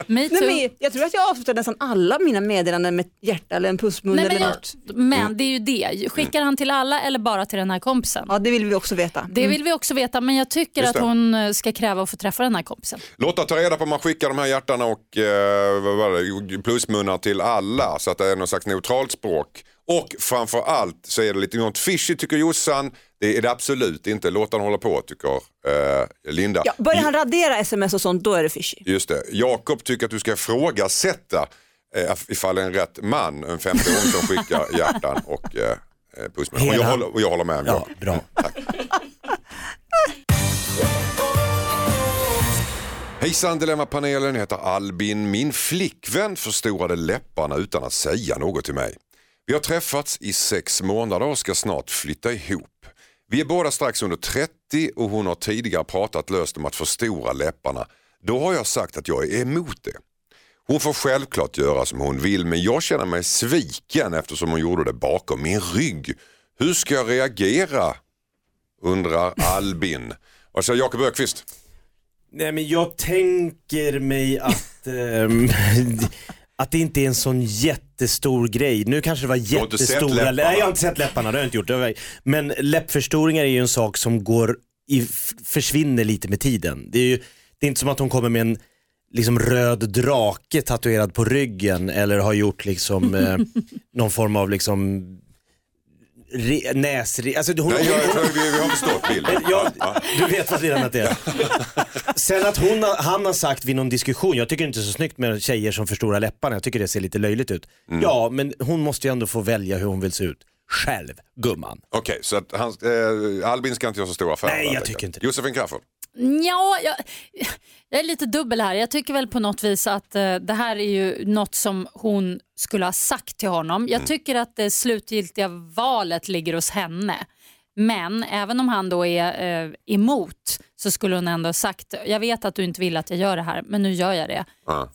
Speaker 7: Me too.
Speaker 1: Nej, men jag tror att jag avslutar nästan alla mina meddelanden med ett hjärta eller en pussmun
Speaker 7: Nej,
Speaker 1: eller
Speaker 7: men, jag,
Speaker 1: något.
Speaker 6: Mm.
Speaker 7: men det är ju det. Skickar han till alla eller bara till den här kompisen?
Speaker 1: Ja, det vill vi också veta.
Speaker 7: Det vill vi också veta, men jag tycker
Speaker 6: mm. Just
Speaker 7: att
Speaker 6: det.
Speaker 7: hon eh, ska kräva att få träffa den här kompisen.
Speaker 6: Lotta tar reda på om man skickar de här hjärtarna och eh, vad var det, plusmunnar till alla så att det är någon slags neutralt språk. Och framför allt så är det lite något fishy tycker Jossan. Det är det absolut inte. Låt han hålla på tycker eh, Linda.
Speaker 1: Ja, börjar han radera sms och sånt, då är det fishy.
Speaker 6: Just det. Jakob tycker att du ska ifrågasätta eh, ifall det är en rätt man, en 50-åring som skickar hjärtan och eh, eh, pussmunnar. Och jag,
Speaker 8: Hela.
Speaker 6: håller, och jag håller med. om
Speaker 8: Ja,
Speaker 6: det.
Speaker 8: bra.
Speaker 6: Hejsan Dilemmapanelen, jag heter Albin. Min flickvän förstorade läpparna utan att säga något till mig. Vi har träffats i sex månader och ska snart flytta ihop. Vi är båda strax under 30 och hon har tidigare pratat löst om att förstora läpparna. Då har jag sagt att jag är emot det. Hon får självklart göra som hon vill men jag känner mig sviken eftersom hon gjorde det bakom min rygg. Hur ska jag reagera? undrar Albin. Vad säger Jakob Ökvist?
Speaker 8: Nej men jag tänker mig att, ehm, att det inte är en sån jättestor grej. Nu kanske det var
Speaker 6: har inte sett
Speaker 8: jättestora...
Speaker 6: läpparna.
Speaker 8: Nej jag har inte sett läpparna, det har jag inte gjort. Det har jag- Men läppförstoringar är ju en sak som går i, f- försvinner lite med tiden. Det är, ju, det är inte som att hon kommer med en liksom röd drake tatuerad på ryggen eller har gjort liksom eh, någon form av liksom re, näsre... Alltså, hon,
Speaker 6: Nej, jag, jag, vi, vi har förstått bilden.
Speaker 8: Ja, du vet vad lirandet är. Sen att hon, har- han har sagt vid någon diskussion, jag tycker det inte är så snyggt med tjejer som förstorar läpparna, jag tycker det ser lite löjligt ut. Ja, men hon måste ju ändå få välja hur hon vill se ut. Själv, gumman.
Speaker 6: Okej, så att han, eh, Albin ska inte göra så stora affärer.
Speaker 8: Nej, jag
Speaker 6: helt
Speaker 8: tycker
Speaker 6: enkelt.
Speaker 8: inte det.
Speaker 6: Josefin Crafoord.
Speaker 7: Ja, jag, jag är lite dubbel här. Jag tycker väl på något vis att eh, det här är ju något som hon skulle ha sagt till honom. Jag tycker att det slutgiltiga valet ligger hos henne. Men även om han då är eh, emot så skulle hon ändå ha sagt, jag vet att du inte vill att jag gör det här, men nu gör jag det.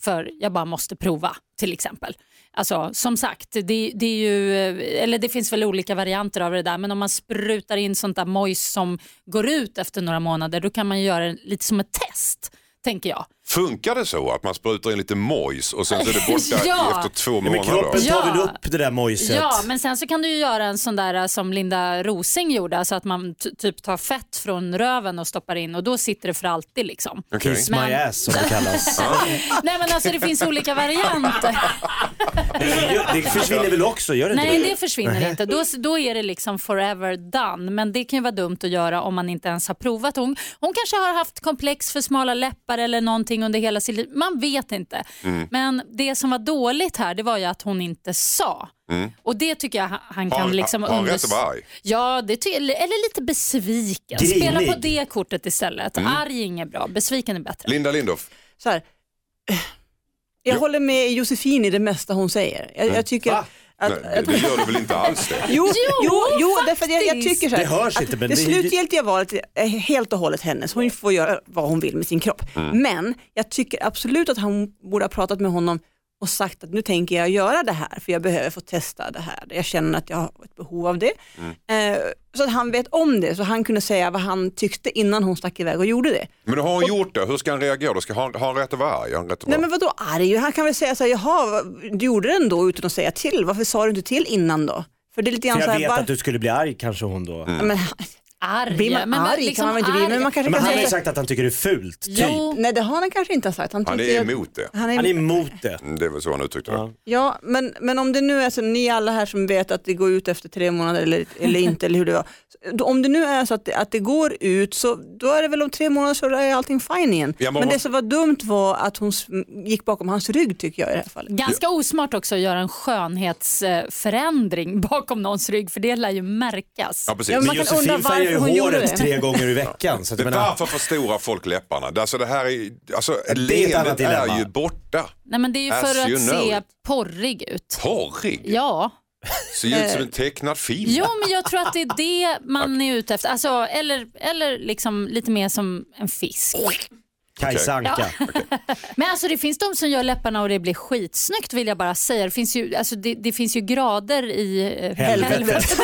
Speaker 7: För jag bara måste prova till exempel. Alltså som sagt, det, det är ju, eh, eller det finns väl olika varianter av det där, men om man sprutar in sånt där mojs som går ut efter några månader, då kan man ju göra det lite som ett test, tänker jag.
Speaker 6: Funkar det så att man sprutar in lite mojs och sen så är det borta
Speaker 7: Ja.
Speaker 6: efter två
Speaker 8: Men
Speaker 6: månader?
Speaker 8: kroppen tar
Speaker 7: Ja.
Speaker 8: väl upp det där mojset?
Speaker 7: Ja, men sen så kan du ju göra en sån där eh, som Linda Rosing gjorde, alltså att man t- typ tar fett från röven och stoppar in och då sitter det för alltid liksom.
Speaker 6: Okej.
Speaker 8: Kiss
Speaker 7: Men-
Speaker 8: my ass som det kallas.
Speaker 7: Nej men alltså det finns olika varianter.
Speaker 8: det försvinner väl också, gör det inte
Speaker 7: Nej det försvinner inte. Då, då är det liksom forever done. Men det kan ju vara dumt att göra om man inte ens har provat. Hon, hon kanske har haft komplex för smala läppar eller någonting under hela sitt liv. Man vet inte.
Speaker 1: Mm.
Speaker 7: Men det som var dåligt här det var ju att hon inte sa.
Speaker 1: Mm.
Speaker 7: Och det tycker jag han- han kan
Speaker 6: Har-
Speaker 7: liksom
Speaker 6: har han rätt
Speaker 7: unders-
Speaker 6: att vara arg?
Speaker 7: Ja, det ty- eller eller lite besviken.
Speaker 8: Grinig.
Speaker 7: Spela på det kortet istället.
Speaker 1: Mm.
Speaker 7: Arg är inget bra, besviken är bättre.
Speaker 6: Linda Lindorff,
Speaker 1: så här, eh, jag håller med Josefin i det mesta hon säger. Jag, jag tycker
Speaker 8: Va?
Speaker 6: Mm. nej,
Speaker 1: att,
Speaker 6: det- det gör du väl inte alls det?
Speaker 1: Jo, jo, jo därför att jag, jag
Speaker 7: faktiskt.
Speaker 1: tycker så här,
Speaker 8: Det hörs
Speaker 1: att
Speaker 8: inte, men
Speaker 1: det
Speaker 8: det är-
Speaker 1: slutgiltiga valet är helt och hållet hennes. Hon får göra vad hon vill med sin kropp.
Speaker 8: Mm.
Speaker 1: Men jag tycker absolut att han borde ha pratat med honom och sagt att nu tänker jag göra det här för jag behöver få testa det här. Jag känner att jag har ett behov av det.
Speaker 8: Mm.
Speaker 1: Eh, så att han vet om det, så han kunde säga vad han tyckte innan hon stack iväg och gjorde det.
Speaker 6: Men har han gjort det, hur ska han reagera då? Ska han, har han rätt att vara arg? Har han rätt att
Speaker 1: Nej
Speaker 6: vara...
Speaker 1: men vadå arg? Han kan väl säga så här, jaha, vad- du gjorde den då utan att säga till. Varför sa du inte till innan då? För det är lite grann
Speaker 8: För
Speaker 1: så
Speaker 8: jag
Speaker 1: här,
Speaker 8: vet
Speaker 1: var-
Speaker 8: att du skulle bli arg kanske hon då.
Speaker 1: men,
Speaker 7: Arg.
Speaker 1: blir man
Speaker 7: men
Speaker 1: arg
Speaker 7: liksom
Speaker 1: kan man väl inte bli,
Speaker 7: arg.
Speaker 1: men man kanske
Speaker 8: Men
Speaker 1: kan
Speaker 8: han har
Speaker 1: säga
Speaker 8: ju
Speaker 1: så här,
Speaker 8: sagt att han tycker det är fult, typ.
Speaker 7: Jo.
Speaker 1: Nej det har han kanske inte sagt. Han,
Speaker 6: Han
Speaker 1: tycker
Speaker 6: är
Speaker 1: att-
Speaker 6: emot det.
Speaker 1: Han
Speaker 8: Han
Speaker 1: är,
Speaker 8: är emot det.
Speaker 6: Mm, Det är väl så han uttryckte det.
Speaker 1: ja, men, men om det nu är så, ni alla här som vet att det går ut efter tre månader eller, eller inte, eller hur det var. Så, då, Om det nu är så att det, att det går ut, så då är det väl om tre månader så är allting fine igen.
Speaker 6: Ja, men
Speaker 1: men det
Speaker 6: vad-
Speaker 1: som var dumt var att hon s- gick bakom hans rygg tycker jag i det här fallet.
Speaker 7: Ganska osmart också att göra en skönhetsförändring bakom någons rygg för det lär ju märkas.
Speaker 6: Ja, precis.
Speaker 1: Ja, men man kan undra
Speaker 8: Josefin
Speaker 1: varför
Speaker 8: färgar ju
Speaker 1: hon gjorde
Speaker 8: håret
Speaker 1: det.
Speaker 8: tre gånger i veckan. Så att
Speaker 6: Det,
Speaker 8: jag menar,
Speaker 6: varför förstorar folk läpparna? Alltså det här är, alltså,
Speaker 8: det är ett annat
Speaker 6: leendet är
Speaker 8: dilemma.
Speaker 6: ju borta.
Speaker 7: Nej, men det är ju
Speaker 6: As
Speaker 7: för
Speaker 6: you
Speaker 7: att
Speaker 6: know
Speaker 7: se
Speaker 6: it.
Speaker 7: porrig ut.
Speaker 6: Porrig?
Speaker 7: Ja,
Speaker 6: Ser ut som en tecknad film.
Speaker 7: jo men jag tror att det är det man är ute efter. Alltså, eller eller liksom lite mer som en fisk.
Speaker 8: Kajsa Anka.
Speaker 7: Men alltså det finns de som gör läpparna och det blir skitsnyggt vill jag bara säga. Det finns ju, alltså, det, det finns ju grader i eh,
Speaker 8: Helvetet.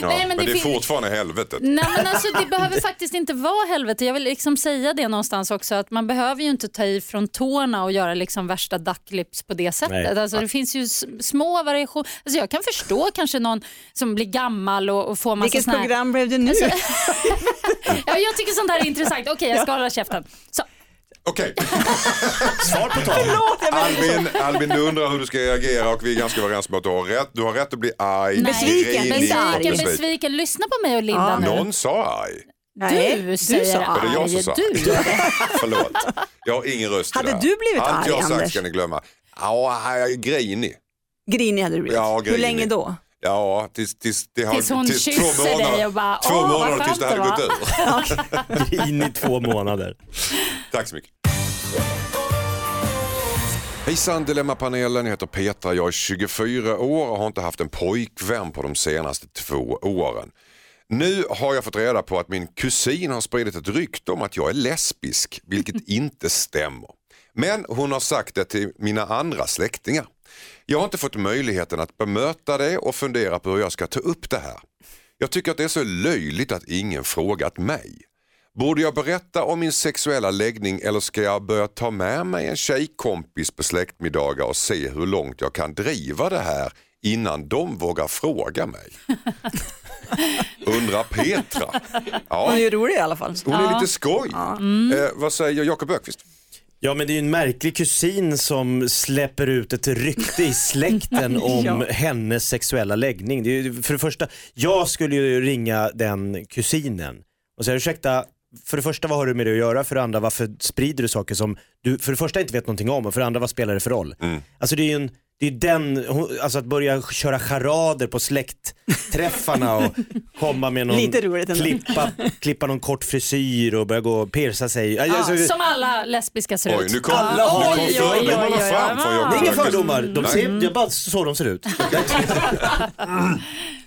Speaker 6: Ja,
Speaker 7: Nej,
Speaker 6: men, det, är
Speaker 7: fin-
Speaker 6: fortfarande helvetet.
Speaker 7: Nej, men alltså, det behöver faktiskt inte vara helvete. Jag vill liksom säga det någonstans också att man behöver ju inte ta i från tårna och göra liksom värsta ducklips på det sättet.
Speaker 8: Nej.
Speaker 7: Alltså, det finns ju s- små variationer. Alltså, jag kan förstå kanske någon som blir gammal och, och får massa
Speaker 1: Vilket
Speaker 7: såna här...
Speaker 1: program blev det nu?
Speaker 7: Ja, jag tycker sånt här är intressant. Okej, jag ska hålla käften. Så.
Speaker 6: Okej,
Speaker 8: Svar på tal.
Speaker 6: Albin, Albin, du undrar hur du ska reagera och vi är ganska överens om att du har rätt. Du har rätt att bli arg,
Speaker 1: Besviken,
Speaker 6: grinig,
Speaker 1: besviken,
Speaker 7: Vilken
Speaker 6: besviken.
Speaker 7: besviken. Lyssna på mig och Linda
Speaker 1: Ja.
Speaker 7: nu.
Speaker 6: Någon sa arg.
Speaker 1: Nej,
Speaker 7: Du säger
Speaker 1: sa
Speaker 6: Var det jag som
Speaker 7: arg.
Speaker 6: sa?
Speaker 7: Du.
Speaker 6: Förlåt, jag har ingen röst i
Speaker 1: Hade
Speaker 6: det här.
Speaker 1: du blivit
Speaker 6: Allt
Speaker 1: arg,
Speaker 6: jag har sagt
Speaker 1: Anders?
Speaker 6: ska ni glömma. Ja, jag är grinig.
Speaker 1: Grinig hade du blivit.
Speaker 6: Ja,
Speaker 1: Hur
Speaker 6: grinig.
Speaker 1: länge då?
Speaker 6: Ja, tills, tills, det har,
Speaker 7: Tills hon kysser dig och bara,
Speaker 6: två
Speaker 7: "Åh, vad
Speaker 6: månader tills
Speaker 7: skönt
Speaker 6: det hade
Speaker 7: det
Speaker 6: gått
Speaker 7: var."
Speaker 6: ur.
Speaker 8: In i två månader.
Speaker 6: Tack så mycket. Hejsan Dilemmapanelen, jag heter Petra, jag är 24 år och har inte haft en pojkvän på de senaste två åren. Nu har jag fått reda på att min kusin har spridit ett rykte om att jag är lesbisk, vilket inte stämmer. Men hon har sagt det till mina andra släktingar. Jag har inte fått möjligheten att bemöta det och fundera på hur jag ska ta upp det här. Jag tycker att det är så löjligt att ingen frågat mig. Borde jag berätta om min sexuella läggning eller ska jag börja ta med mig en tjejkompis på släktmiddagar och se hur långt jag kan driva det här innan de vågar fråga mig? Undrar Petra.
Speaker 1: Hon är
Speaker 6: Ja,
Speaker 1: ju rolig i alla fall.
Speaker 6: hon är lite skoj.
Speaker 7: Mm.
Speaker 6: Eh, vad säger Jakob Ökvist?
Speaker 8: Ja men det är ju en märklig kusin som släpper ut ett rykte i släkten om hennes sexuella läggning. Det är, ju- för det första, jag skulle ju ringa den kusinen och säga ursäkta, för det första vad har du med det att göra? För det andra varför sprider du saker som du för det första inte vet någonting om och för det andra vad spelar det för roll? Alltså det är ju en Det är den, hon- alltså att börja köra charader på släktträffarna och komma med någon,
Speaker 1: Lite roligt ändå.
Speaker 8: klippa, klippa någon kort frisyr och börja gå och pierca sig.
Speaker 1: Ah,
Speaker 8: Alltså,
Speaker 7: Ja, som alla lesbiska ser
Speaker 6: Oj,
Speaker 7: ut.
Speaker 6: nu kom,
Speaker 8: Alla
Speaker 6: nu
Speaker 8: har-
Speaker 6: kom
Speaker 8: oj, oj,
Speaker 6: fördomarna
Speaker 7: oj, oj,
Speaker 6: fram
Speaker 7: oj.
Speaker 6: från Jakob
Speaker 8: det är inga
Speaker 6: Lundqvist.
Speaker 8: fördomar, de ser,
Speaker 6: Nej.
Speaker 8: det är bara så de ser ut.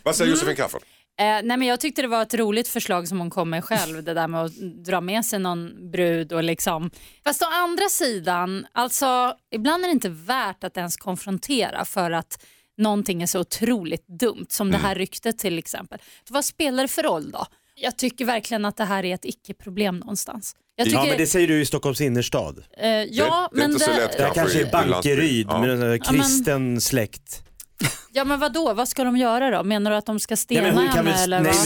Speaker 6: Vad säger
Speaker 7: Mm.
Speaker 6: Josefin Crafoord?
Speaker 7: Eh, nej, men jag tyckte det var ett roligt förslag som hon kom med själv, det där med att dra med sig någon brud och liksom. Fast å andra sidan, alltså ibland är det inte värt att ens konfrontera för att någonting är så otroligt dumt, som det här ryktet till exempel. Så vad spelar det för roll då? Jag tycker verkligen att det här är ett icke-problem någonstans. Jag tycker,
Speaker 8: Ja men det säger du i Stockholms innerstad.
Speaker 7: eh, ja,
Speaker 6: det är
Speaker 7: men
Speaker 6: inte så
Speaker 7: det-
Speaker 6: lätt
Speaker 8: Det här kanske
Speaker 6: i
Speaker 8: är Bankeryd
Speaker 6: landsbygd.
Speaker 8: med en sån här kristen släkt.
Speaker 7: Ja men vadå, vad ska de göra då? Menar du att de ska
Speaker 8: Nej
Speaker 7: stena
Speaker 8: men hon kan
Speaker 7: henne
Speaker 8: väl, nej,
Speaker 7: eller
Speaker 8: men
Speaker 7: vad?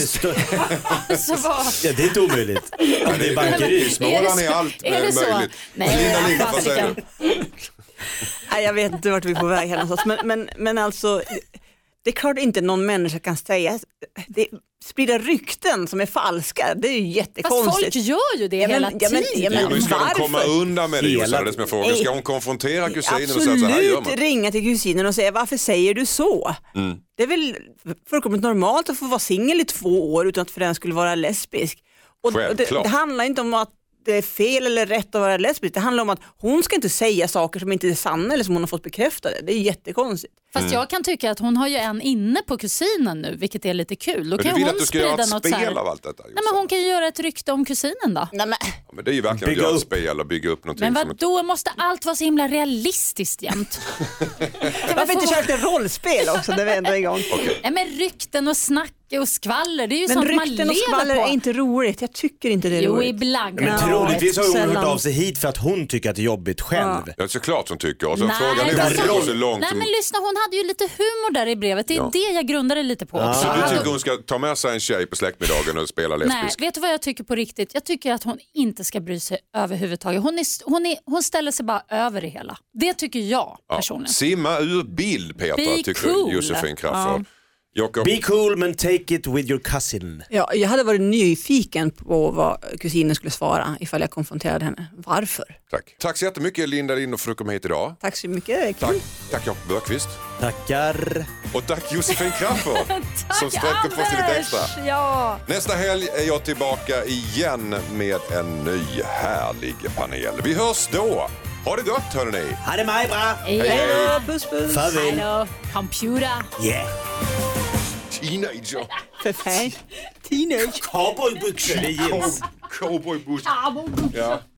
Speaker 8: stö-
Speaker 7: Så vad?
Speaker 8: ja, det är inte omöjligt. Om det är Bankeryd.
Speaker 7: Är det
Speaker 6: Småland är
Speaker 7: så-
Speaker 6: allt eh,
Speaker 7: är det så?
Speaker 6: möjligt.
Speaker 7: Nej,
Speaker 6: Linda Lindh, vad
Speaker 7: fasiken.
Speaker 6: säger du?
Speaker 1: Nej, jag vet inte vart vi är på väg här någonstans. Men, men, men alltså, det är klart inte någon människa kan säga, det, sprida rykten som är falska, det är ju
Speaker 7: Fast
Speaker 1: jättekonstigt.
Speaker 7: folk gör ju det
Speaker 1: Ja, men-
Speaker 7: hela
Speaker 1: ja, men-
Speaker 7: tiden.
Speaker 1: ja,
Speaker 6: Jo, men ska
Speaker 1: Varför?
Speaker 6: hon komma undan med det
Speaker 8: Hela-
Speaker 6: Jossan? Det är det som är frågan. Ska hon konfrontera kusinen och säga så här gör
Speaker 1: Absolut
Speaker 6: man? Mm.
Speaker 1: ringa till kusinen och säga varför säger du så? Det är väl fullkomligt normalt att få vara singel i två år utan att för den skulle vara lesbisk. Och det,
Speaker 6: Självklart.
Speaker 1: det handlar inte om att det är fel eller rätt att vara lesbisk, det handlar om att hon ska inte säga saker som inte är sanna eller som hon har fått bekräftade. Det är jättekonstigt.
Speaker 7: Fast
Speaker 6: Mm.
Speaker 7: jag kan tycka att hon har ju en inne på kusinen nu, vilket är lite kul. Då
Speaker 6: Men du
Speaker 7: kan
Speaker 6: vill
Speaker 7: hon
Speaker 6: att du ska
Speaker 7: sprida
Speaker 6: göra ett
Speaker 7: något så här-
Speaker 6: spel av allt liksom. detta
Speaker 7: Nej, men
Speaker 6: Jossan.
Speaker 7: hon kan ju göra ett rykte om kusinen då.
Speaker 1: Nej, men,
Speaker 6: Ja, Men det är ju verkligen att
Speaker 8: Bygga
Speaker 6: göra ett
Speaker 8: upp.
Speaker 6: spel och bygga upp någonting.
Speaker 7: Men
Speaker 6: som inte-
Speaker 7: vadå, måste allt vara så himla realistiskt jämt? Kan man
Speaker 1: varför inte
Speaker 7: få-
Speaker 1: köra lite rollspel också när vi ändå är igång?
Speaker 7: Nej, men rykten och snack och skvaller, det är ju
Speaker 1: Men
Speaker 7: sånt man
Speaker 1: rykten och skvaller
Speaker 7: lever på.
Speaker 1: är inte roligt, jag tycker inte det är
Speaker 7: Jo,
Speaker 1: roligt.
Speaker 7: ibland.
Speaker 8: Men
Speaker 1: Ja,
Speaker 8: troligtvis har hon
Speaker 1: sällan.
Speaker 8: hört av sig hit för att hon tycker att det är jobbigt själv.
Speaker 6: Ja, såklart hon tycker. Och så
Speaker 7: Nej,
Speaker 6: frågan är
Speaker 7: men alltså,
Speaker 6: om hon
Speaker 8: så-
Speaker 6: går så långt.
Speaker 7: Nej
Speaker 6: som-
Speaker 7: men lyssna, hon hade ju lite humor där i brevet. Det är
Speaker 6: Ja.
Speaker 7: det jag grundar det lite på. också.
Speaker 6: Så du
Speaker 7: Alltså,
Speaker 6: tycker hon ska ta med sig en tjej på släktmiddagen och spela
Speaker 7: Nej,
Speaker 6: lesbisk?
Speaker 7: vet du vad jag tycker på riktigt? Jag tycker att hon inte ska bry sig överhuvudtaget. Hon, är, hon, är, hon ställer sig bara över det hela. Det tycker jag personligen.
Speaker 6: Simma ur bild Petra,
Speaker 7: Be
Speaker 6: tycker
Speaker 7: cool.
Speaker 6: Josefin Crafoord. Jakob,
Speaker 8: Be cool men take it with your cousin.
Speaker 1: Ja, jag hade varit nyfiken på vad kusinen skulle svara ifall jag konfronterade henne. Varför?
Speaker 6: tack. Tack så jättemycket Linda Lind för att du kom hit idag.
Speaker 1: Tack så mycket.
Speaker 6: Tack, tack Jakob Björkqvist.
Speaker 8: Tackar.
Speaker 6: Och tack Josefin Crafoord som sträckte på sig lite extra.
Speaker 7: Ja.
Speaker 6: Nästa helg är jag tillbaka igen med en ny härlig panel. Vi hörs då. Ha det gott hörni.
Speaker 8: Ha det mig bra.
Speaker 7: Hej då.
Speaker 1: Puss puss.
Speaker 7: Hej
Speaker 8: Farväl.
Speaker 7: då. Computer.
Speaker 8: Yeah.
Speaker 6: Teenager,
Speaker 1: Hej. Teenage.
Speaker 8: Cowboybyxor i jeans.
Speaker 6: cowboybuss.
Speaker 7: Ah, vad gott.
Speaker 6: Ja.